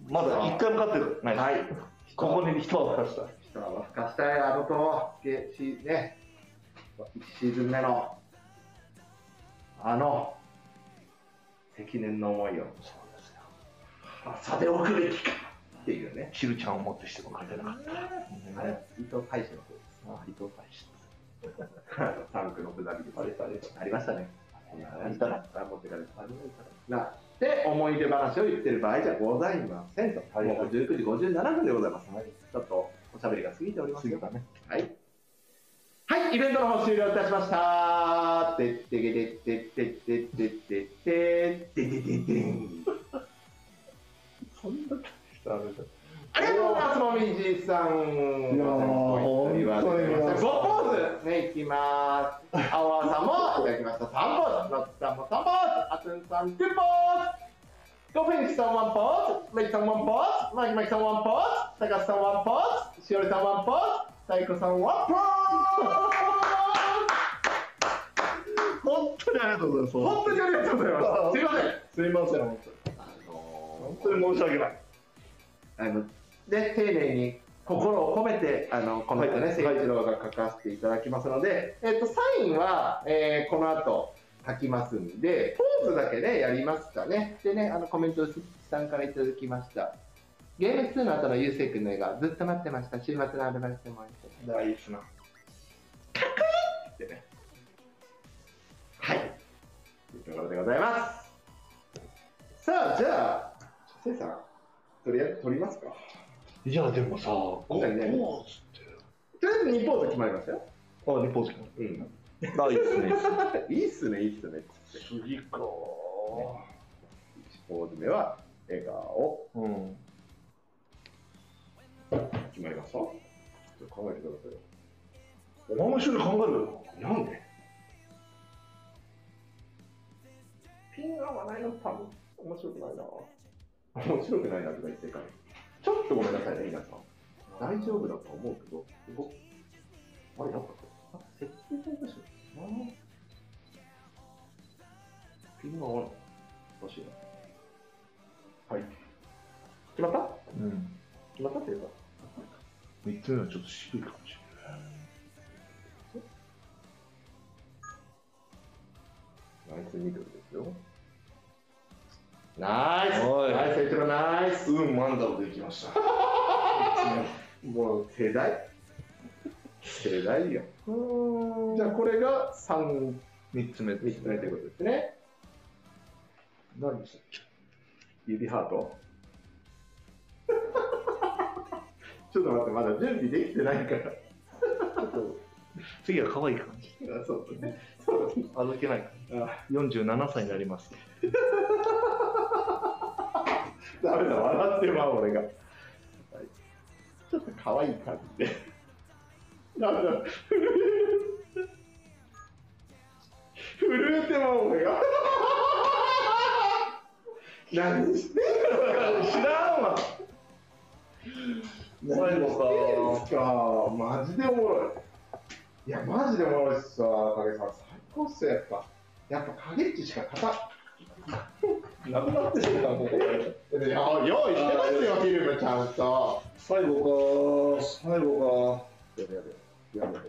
D: まだ一回も勝ってない。
B: はい、
D: ここに人を出した。
B: 人は沸かしたい、あのと、ゲシね、1シーズン目の、あの、積年の思いを、さておくべきかっていうね、
D: キルちゃんを持ってしても勝てなかった。
B: あれ、伊藤大使の方です。
D: 伊藤大使。
B: タンクのくだりです。
D: あれあれ
B: ありましたね。
D: あれいたな
B: あ持ってかれた。なで、思い出話を言ってる場合じゃございませんと。
D: はいはい
B: もう19時57分でございます。ちょっとおしゃべりが過ぎております
D: 次
B: よ。
D: だね。
B: はい。はい、イベントの方終了いたしました。てってけてってってってってってってってってってってん。
D: そんな大したあれじゃない
B: ありがとうございます、もみじさん。
D: いやー本当に皆さん
B: 5ポーズね、いきます。青青さんもいただきました。3ポーズ。ロッツさんも3ポーズ。あつんさん2ポーズ。ゴフェニックさん1ポーズ。メイクさん1ポーズ。マイキマイキさん1ポーズ。タカスさん1ポーズ。しおりさん1ポーズ。サイコさん1ポーズ。
D: 本当にありがとうございます。
B: 本当にありがとうございます。すいません。
D: すみません、本当に。本当に申し訳ない。
B: あの、で、丁寧に心を込めて、あの、この後ね、
D: はい
B: 誠一郎が書かせていただきますので、えっと、サインは、えーこの後書きますんで、ポーズだけでやりますかね。でね、あの、コメントを鈴木さんからいただきました。ゲーム2の後のゆうせい君の映画、ずっと待ってました。週末のアルバイトもあって。
D: だからいいですな。かっこいいってね。
B: はい。というところでございます。さあ、じゃあ、せいさん、とりあえず撮りますか。
D: いや、でもさ、こ
B: 今回ね
D: こ
B: とりあえず2ポーズ決まりましたよ。
D: うあ、日本好き
B: うん。
D: な。あ、いいですね。
B: いいっすね、いいっすね。
D: 次か。
B: 1ポーズ目は、笑顔。
D: うん。
B: 決まりましたちょっと考えてくださいよ。
D: お前も一緒に考えるよ。
B: なんでピンが合わないの多分面白くないな面白くないなとか言ってからちょっとごめんなさいね皆さん大丈夫だと思うけどすごあれなんかあ設定されたしなピンが合わない欲しいなはい決まった
D: うん。
B: 決まったっていうか
D: 三つ目はちょっと渋いかもし
B: ナイスミドルですよナイス
D: おい
B: ナイスエイトロナイス
D: れない。うん、マンダロできました。
B: もう世代世代よ。じゃあこれが3
D: 三つ目
B: 三つ目ということですね。何でしたっけ指ハート ちょっと待って、まだ準備できてないから。
D: 次は可愛い感じ。
B: あそうですね。そうですね。
D: あどけない感じ。47歳になります。
B: ダメだ、笑ってまう、俺が。はいちょっと可愛い感じで。ダメだ。震えてまう、俺が。何してんの知らんわ。
D: 最
B: 何
D: 後
B: してんすか。マジでおもろい。いや、マジでおもろいっすわ、影さん。最高っすよ、やっぱ。やっぱ影っちしか勝たん。
D: なくなってしまう
B: いや用意してますよ、フィルムちゃんと。
D: 最後か。最後か。
B: やべやべやべやべ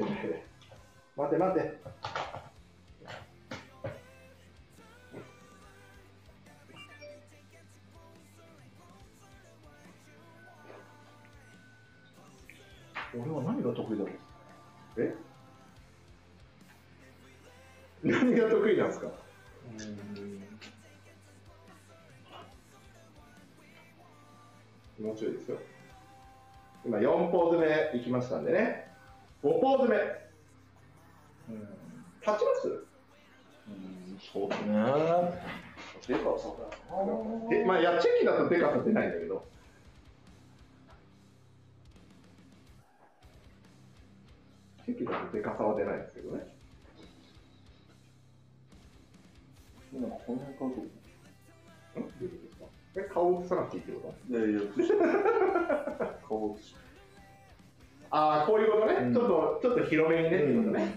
B: やべ待て待て
D: 俺は何が得意だろう。
B: え何が得意なんですかもうちょいですよ今4ポーズ目いきましたんでね5ポーズ目立
D: うん。うん
B: ちます
D: そうだね。
B: デカはそうだえまあいやチェキだとデカさ出ないんだけどチェキだとデカさは出ないんですけどね
D: 今この辺か
B: んどういうことですかえ顔をさなくていいってこと
D: いやいや、顔
B: ああこういうことね、
D: うん
B: ちょっとちょっと広めにね、ってことね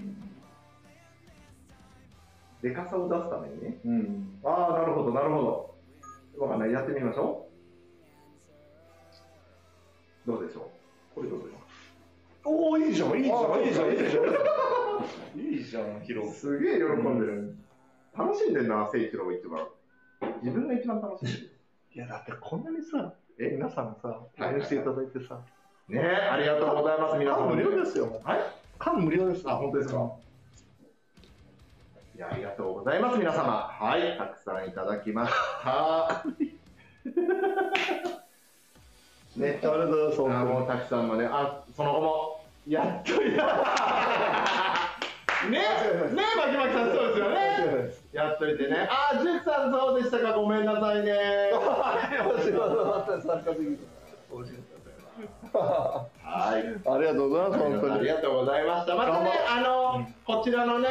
B: でかさを出すためにね
D: うん。
B: ああなるほどなるほどわかんないやってみましょうどうでしょうこれどうでしょ
D: おお、いいじゃん、いいじゃ
B: あ
D: ん、いいじゃん、いいじゃ
B: そ
D: ん。いいじゃん、ヒ
B: う
D: ロ。
B: すげえ喜んでる、楽しんでんな聖一郎が一番自分が一番楽しんでる
D: いや、だってこんなにさ、
B: え
D: 皆さんさ、
B: い
D: 応援していただいてさ、
B: ねえありがとうございます皆さん
D: 感無量ですよ。
B: はい
D: 感無量です。
B: あ本当ですかいやありがとうございます皆様はいたくさんいただきました ね
D: ありがとうございます。
B: あも
D: 本
B: うたくさんのねあその後もやっとやねねまきまきさんそうですよね
D: 当に
B: やっといてねあジュクさんそうでしたかごめんなさいねはい
D: ありがとうございます、本当
B: あり
D: に。
B: がとうございました。またね、あの、こちらのね、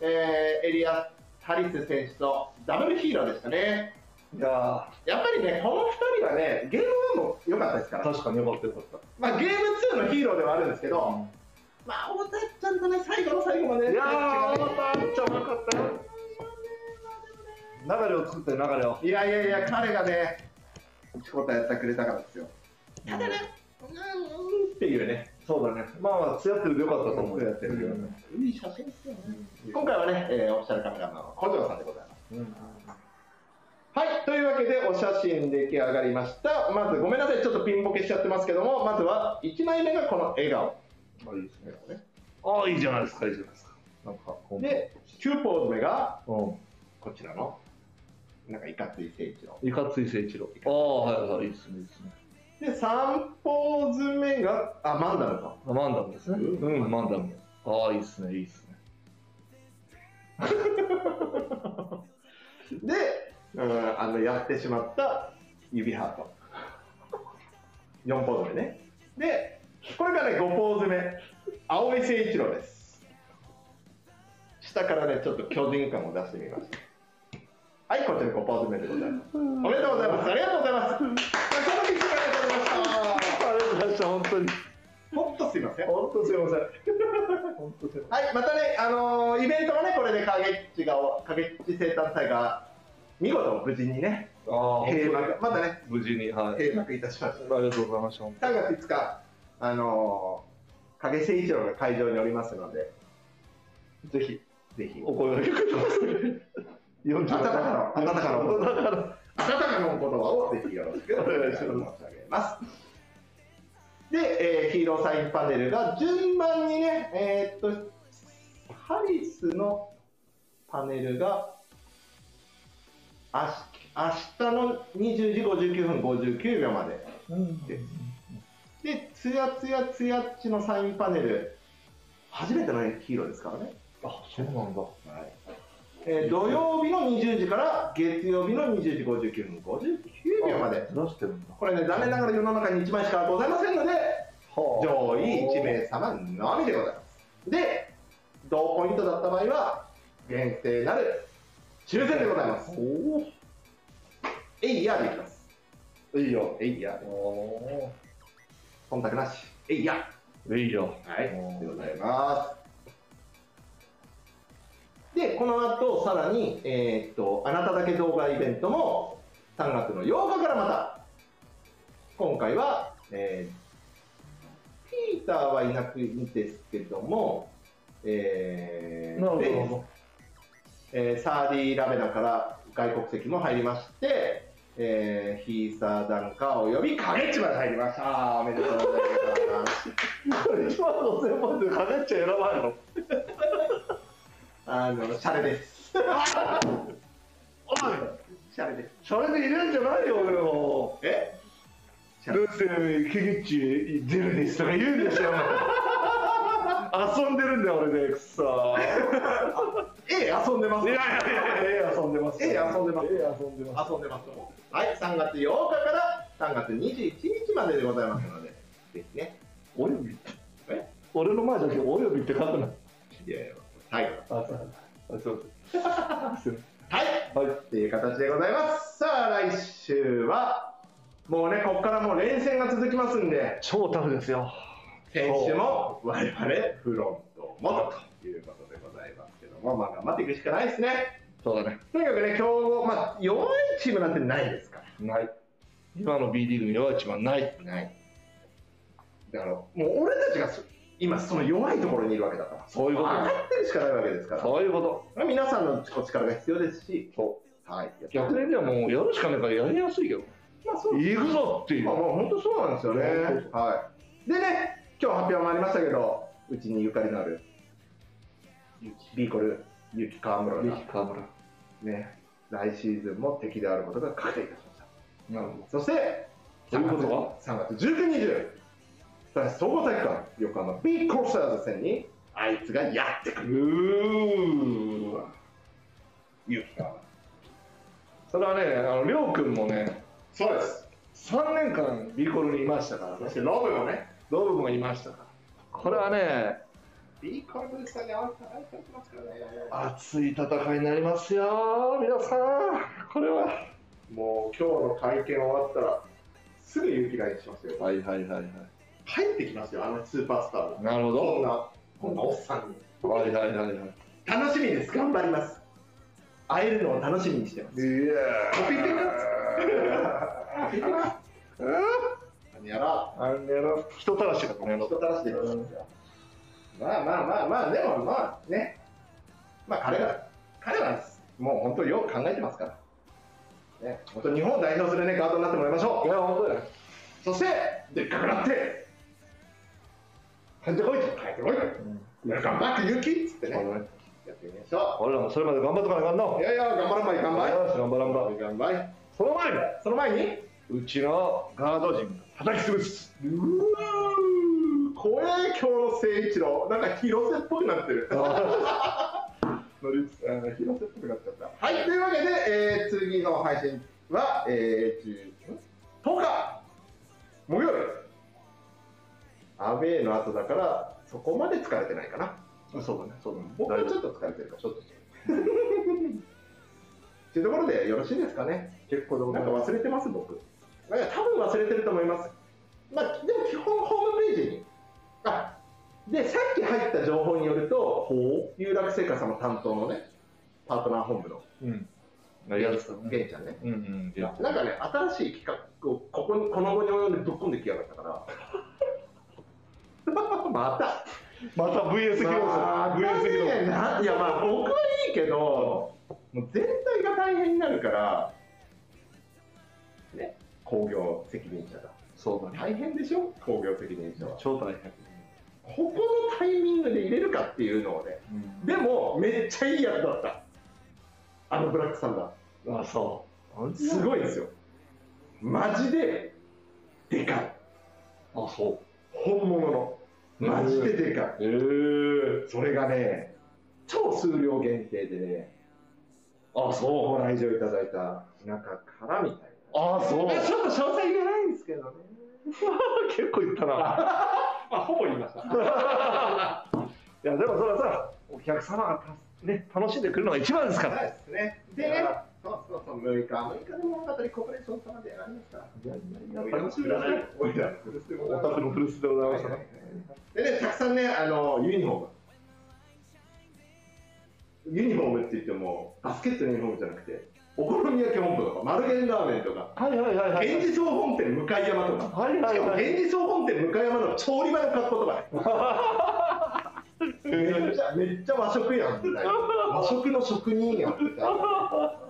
B: えーエリアハリス選手とダブルヒーローでしたね。
D: いや
B: やっぱりね、この2人はね、ゲーム1も良かったですか
D: ー、
B: ら、
D: 確かによかったよかった。
B: まあ、ゲーム2のヒーローではあるんですけど、まあ、太田ちゃんとね、最後の最後まで、
D: いやー、
B: 違う
D: よかった、めっちゃうまかったよ。流れを作って流れを。
B: いやいやいや、彼がね、仕事やってくれたからですよ。
D: ただね、
B: っていうね、
D: そうだね。まあまあ、つやってるでよかったと思う。
B: つやってるでよかっいい写真ですよね。今回はね、えーオフィシャルカメラマンは小城さんでございます。
D: うん。うん
B: はい、というわけでお写真出来上がりました。まずごめんなさい、ちょっとピンボケしちゃってますけども、まずは1枚目がこの笑顔。あいいですね、これね。
D: ああ、いいじゃないですか、いいじゃないですか。なんか、こう
B: で、9ポーズ目が
D: う
B: こちらの、なんかいかつい聖一郎。
D: ん。いかつい聖一郎。ああ、はいはい、いいですね、いいですね。
B: で、3ポーズ目が、あ、マンダムか。
D: あマンダムですね。
B: う
D: うん、マンダム。ああ、いいですね、いいですね。
B: で、うん、あの、やってしまった指ハート。4ポーズ目ね。で、これがね、5ポーズ目。青井誠一郎です。下からね、ちょっと巨人感を出してみました。はい、こちら5ポーズ目でございます。おめでとうございます。ありがとうございます。この時期ありがとうございました。
D: ありがとうございました、本当に。
B: ほっとすいません。
D: 本当すいません。本当すいま
B: はい、またね、あのーイベントがね、これで影っちが、影っち生誕祭が、見事無事にね、
D: せん。ああ、
B: 閉幕、まだね、
D: 無事に、はい。
B: 閉幕いたしまし
D: ありがとうございました、本
B: た。3月5日、あのー、影誠一郎が会場におりますので、
D: 当に。ぜひ、
B: ぜひ、
D: お声掛けください。
B: 温かな、温かなお言葉、温かなお言葉をぜひよろしくお願いします。で、えーヒーローサインパネルが順番にね、えーっと、ハリスのパネルが、あし明日の20時59分59秒まで。で、つやつやつやっちのサインパネル、初めてのヒーローですからね。
D: あ、そうなんだ。
B: えー土曜日の20時から月曜日の20時59分59秒まで。
D: 出してるんだ。
B: これね、残念ながら世の中に1枚しかございませんので、上位1名様のみでございます。で、同ポイントだった場合は、限定なる抽選でございます。えいやでいきます。
D: いいよ。
B: えいやで。忖度なし。えいや。
D: いいよ。
B: はい
D: おー
B: でございます。で、この後、さらに、えーっと、あなただけ動画イベントも、3月の8日からまた、今回は、えーピーターはいなくんですけども、えー
D: なる
B: で
D: ほど。
B: えーサーディー・ラベナから外国籍も入りまして、えーヒーサー・ダンカーおよび影千葉が入りました。おめでとうございます。
D: 1万5000万でかかっちゃ選ばんの
B: あの、シャレです。
D: おい
B: シャレです。
D: それで入れんじゃないよ、俺も。
B: え
D: だって、ケゲッチ出るですとか言うんでしょ。遊んでるんだよ、俺で、くっさ。
B: え遊んでます。
D: いやいやいや、ええ遊んでます。
B: ええ遊んでます
D: ええ遊んでます。
B: 遊んでます。はい、3月8日から3月21日まででございますので、ぜひね。
D: および。
B: え
D: 俺の前だけ、およびって書くな。
B: いやいや、最後だ。
D: あ、そう。あ、そう。すいま
B: はい、
D: せんはい。
B: っていう形でございます。さあ、来週は、もうね、ここからもう連戦が続きますんで、
D: 超タフですよ。
B: 選手も我々フロントもということでございますけども、まあ頑張っていくしかないですね。
D: そうだね。
B: とにかくね、強豪、まあ弱いチームなんてないですから。
D: ない。今の B リーグに弱いチームはない。
B: ない。だから、もう俺たちがそ今、その弱いところにいるわけだから、
D: そういうこと
B: 分かってるしかないわけですから、
D: そういうこと。
B: まあ皆さんのお力が必要ですし、はい、
D: 逆にではもうやるしかないからやりやすいけど。
B: まあ、そう
D: 行くぞっていう
B: まあ、。もう本当そうなんですよね
D: そうそう。
B: はい、でね、今日発表もありましたけど、うちにゆかりのある、ビーコル、ゆき川村が、
D: 川村。
B: ね、来シーズンも敵であることが確定いたしました。
D: なるほど。
B: そして、
D: ということは
B: ?3 月19、20、さらに総合体育館、横浜 B コルサーズ戦に、あいつがやってくる。
D: うーわ
B: 勇気が。
D: それはね、あの、りょうくんもね、
B: そうです。
D: 3年間ビコルにいましたから
B: そ
D: ね
B: し。てロブもね、
D: ロブもいましたから。これはね、
B: B コルブさんに合わせて入ってますからね。
D: 熱い戦いになりますよ、皆さん。これは。
B: もう今日の会見終わったら、すぐ勇気がいしますよ。
D: はいはいはいは
B: 帰ってきますよ、あのスーパースターも。
D: い。なるほ
B: こん
D: ど。
B: な、こんなおっさんに。
D: はいはいはいはい。
B: 楽しみです、頑張ります。会えるのを楽しみにしてます。
D: いや
B: コピペ何やら、
D: あんやろ人たらしだこの野郎
B: 人たらしでございますよ。まあまあまあまあ、でもまあね、まあ彼が、彼はもう本当によく考えてますから。ね、本当に日本を代表するね、ガードになってもらいましょう。
D: いや、本当だよ。
B: そして、でっかくなって、帰ってこいと、帰ってこいと、頑張って、勇気っつってね、やってみましょ
D: 俺らもそれまで頑張っとかなあかんな。
B: う。いやいや、頑張らんばい、頑張
D: よし頑張らんば
B: れ。頑張れ。
D: その前に、
B: その前に、
D: うちのガード陣
B: 叩き潰す。うー怖え、今日の聖一郎。なんか広瀬っぽくなってる。
D: が。
B: 乗りつあの広瀬っぽくなっちゃった。はい、というわけで、えー、次の配信は、えー、10ん10日木曜日。アウェーの後だから、そこまで疲れてないかな。
D: そうだね、そうだね。
B: 僕は
D: 大
B: ち
D: 丈
B: ょっと疲れてるから、 ちょっと。というところでよろしいですかね。
D: 夫結構でも
B: な
D: ね
B: んか忘れてます、僕。まあいや多分忘れてると思います。まあ、でも基本ホームページに。あで、さっき入った情報によると、有楽製菓様担当のね、パートナー本部の
D: うん。ありがとう
B: ゲンちゃんね。
D: うんうん。いや
B: なんかね、新しい企画をここにこの後に及んでぶっ込んできやがったから。 また。
D: また VS 議論
B: まあ、
D: する。
B: ね
D: VS 議論。
B: ないやまあ僕はいいけど、もう全体が大変になるから、ね、工業責任者が
D: そうだね。
B: 大変でしょ、工業責任者は。
D: 超大変。
B: ここのタイミングで入れるかっていうのをね、でもめっちゃいいやつだった、あのブラックさんが、
D: あ、そう。
B: すごいですよ、マジででかい、
D: あ、そ
B: 本物の、
D: う。
B: マジででかい。
D: ええ。
B: それがね、超数量限定でね、あそうご来場いただいた中からみたいな。
D: あ、そう。
B: ちょっと詳細言えないんですけどね。
D: 結構い ったな。
B: まあ、ほぼ言い ました。
D: いや、でもそれはさ、お客様がたね、楽しんでくれるのが一番ですから。
B: ですね。でね、そうそうそう、6日、6日で物語コーポレーション様でやられますから。
D: や
B: おいらの古巣でおいらの古巣でござい
D: お
B: ます
D: 宅の古巣でございましたね。
B: でね、たくさんね、あのユニフォーム。ユニフォームって言っても、バスケットのユニフォームじゃなくて、お好み焼き本部とか、丸源ラーメンとか、
D: はいはいはいはい。
B: 源氏総本店向山とか、
D: はいは
B: し
D: い
B: かも
D: はい。
B: 源氏総本店向山の調理場の格好とかね、 めっちゃめっちゃ和食やんみたいな、和食の職人やんみたいな。
D: は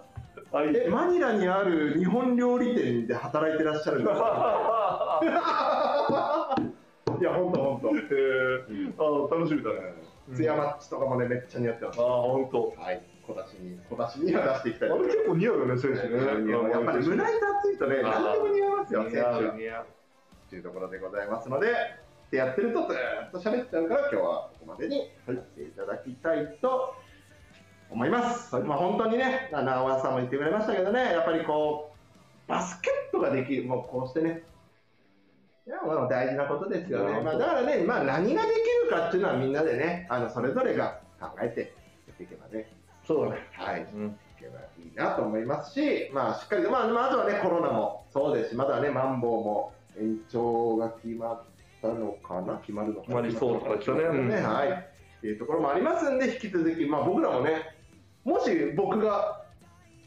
D: い
B: え、マニラにある日本料理店で働いてらっしゃるんですか いや、ほんとほんと。
D: えー、あ楽しみだね。
B: 津山っちとかもね、めっちゃ似合ってま
D: あ
B: す。
D: 本当。
B: はい、小出しに、小出しには出していきた
D: あ
B: いと
D: れ
B: 思います。
D: 結構似合うよね、選手ね。
B: やっぱり胸板ついとね、何でも似合いますよ、選手は。
D: 似合う。
B: というところでございますので、でやってるとずーっと喋っちゃうから、今日はここまでにさせていただきたいと思います。まあ本当にね、な直和さんも言ってくれましたけどね、やっぱりこう、バスケットができる、もうこうしてね、いやまあ大事なことですよ
D: い
B: ね。
D: や
B: まあ、だからね、まあ、何ができるかっていうのはみんなでね、あのそれぞれが考えてやっていけばね、
D: そうだね。
B: はい、
D: うん。
B: いけばいいなと思いますし、まあ、しっかりと、まあ、まああとはね、コロナもそうですし、まだね、マンボウも延長が決まったのかな、決まるのか
D: 決
B: な、
D: まりそうとかですよねうん
B: はい。っていうところもありますんで、引き続き、まあ、僕らもね、もし僕が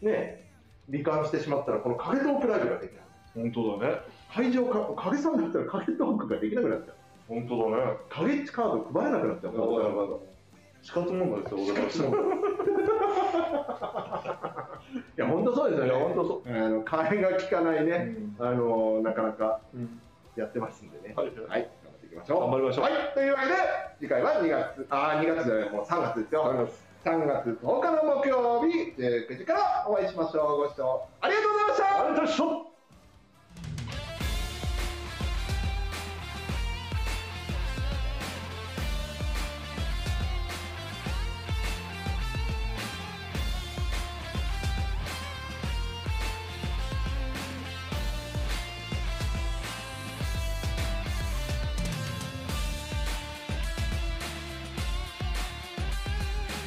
B: ね、罹患してしまったら、この影トークライブができない。
D: 本当だね。
B: 会場か、影さんだったら影トークができなくなっちゃう。
D: 本当だね。
B: 影っちカード配れなくなっちゃう。
D: やばいやばいやばい死活問題ですよ、俺らしても。
B: いや、本当そうですよね。。
D: いや本当そう
B: あの、替えが効かないね。あのなかなか
D: うん
B: やってますんでね。
D: はい
B: はい、頑張っていきましょう。
D: 頑張りましょう
B: はい、というわけで、次回は2月、あー、2月じゃない、もう3月ですよ。3月10日の木曜日、19時からお会いしましょう。ご視聴ありがとうございました。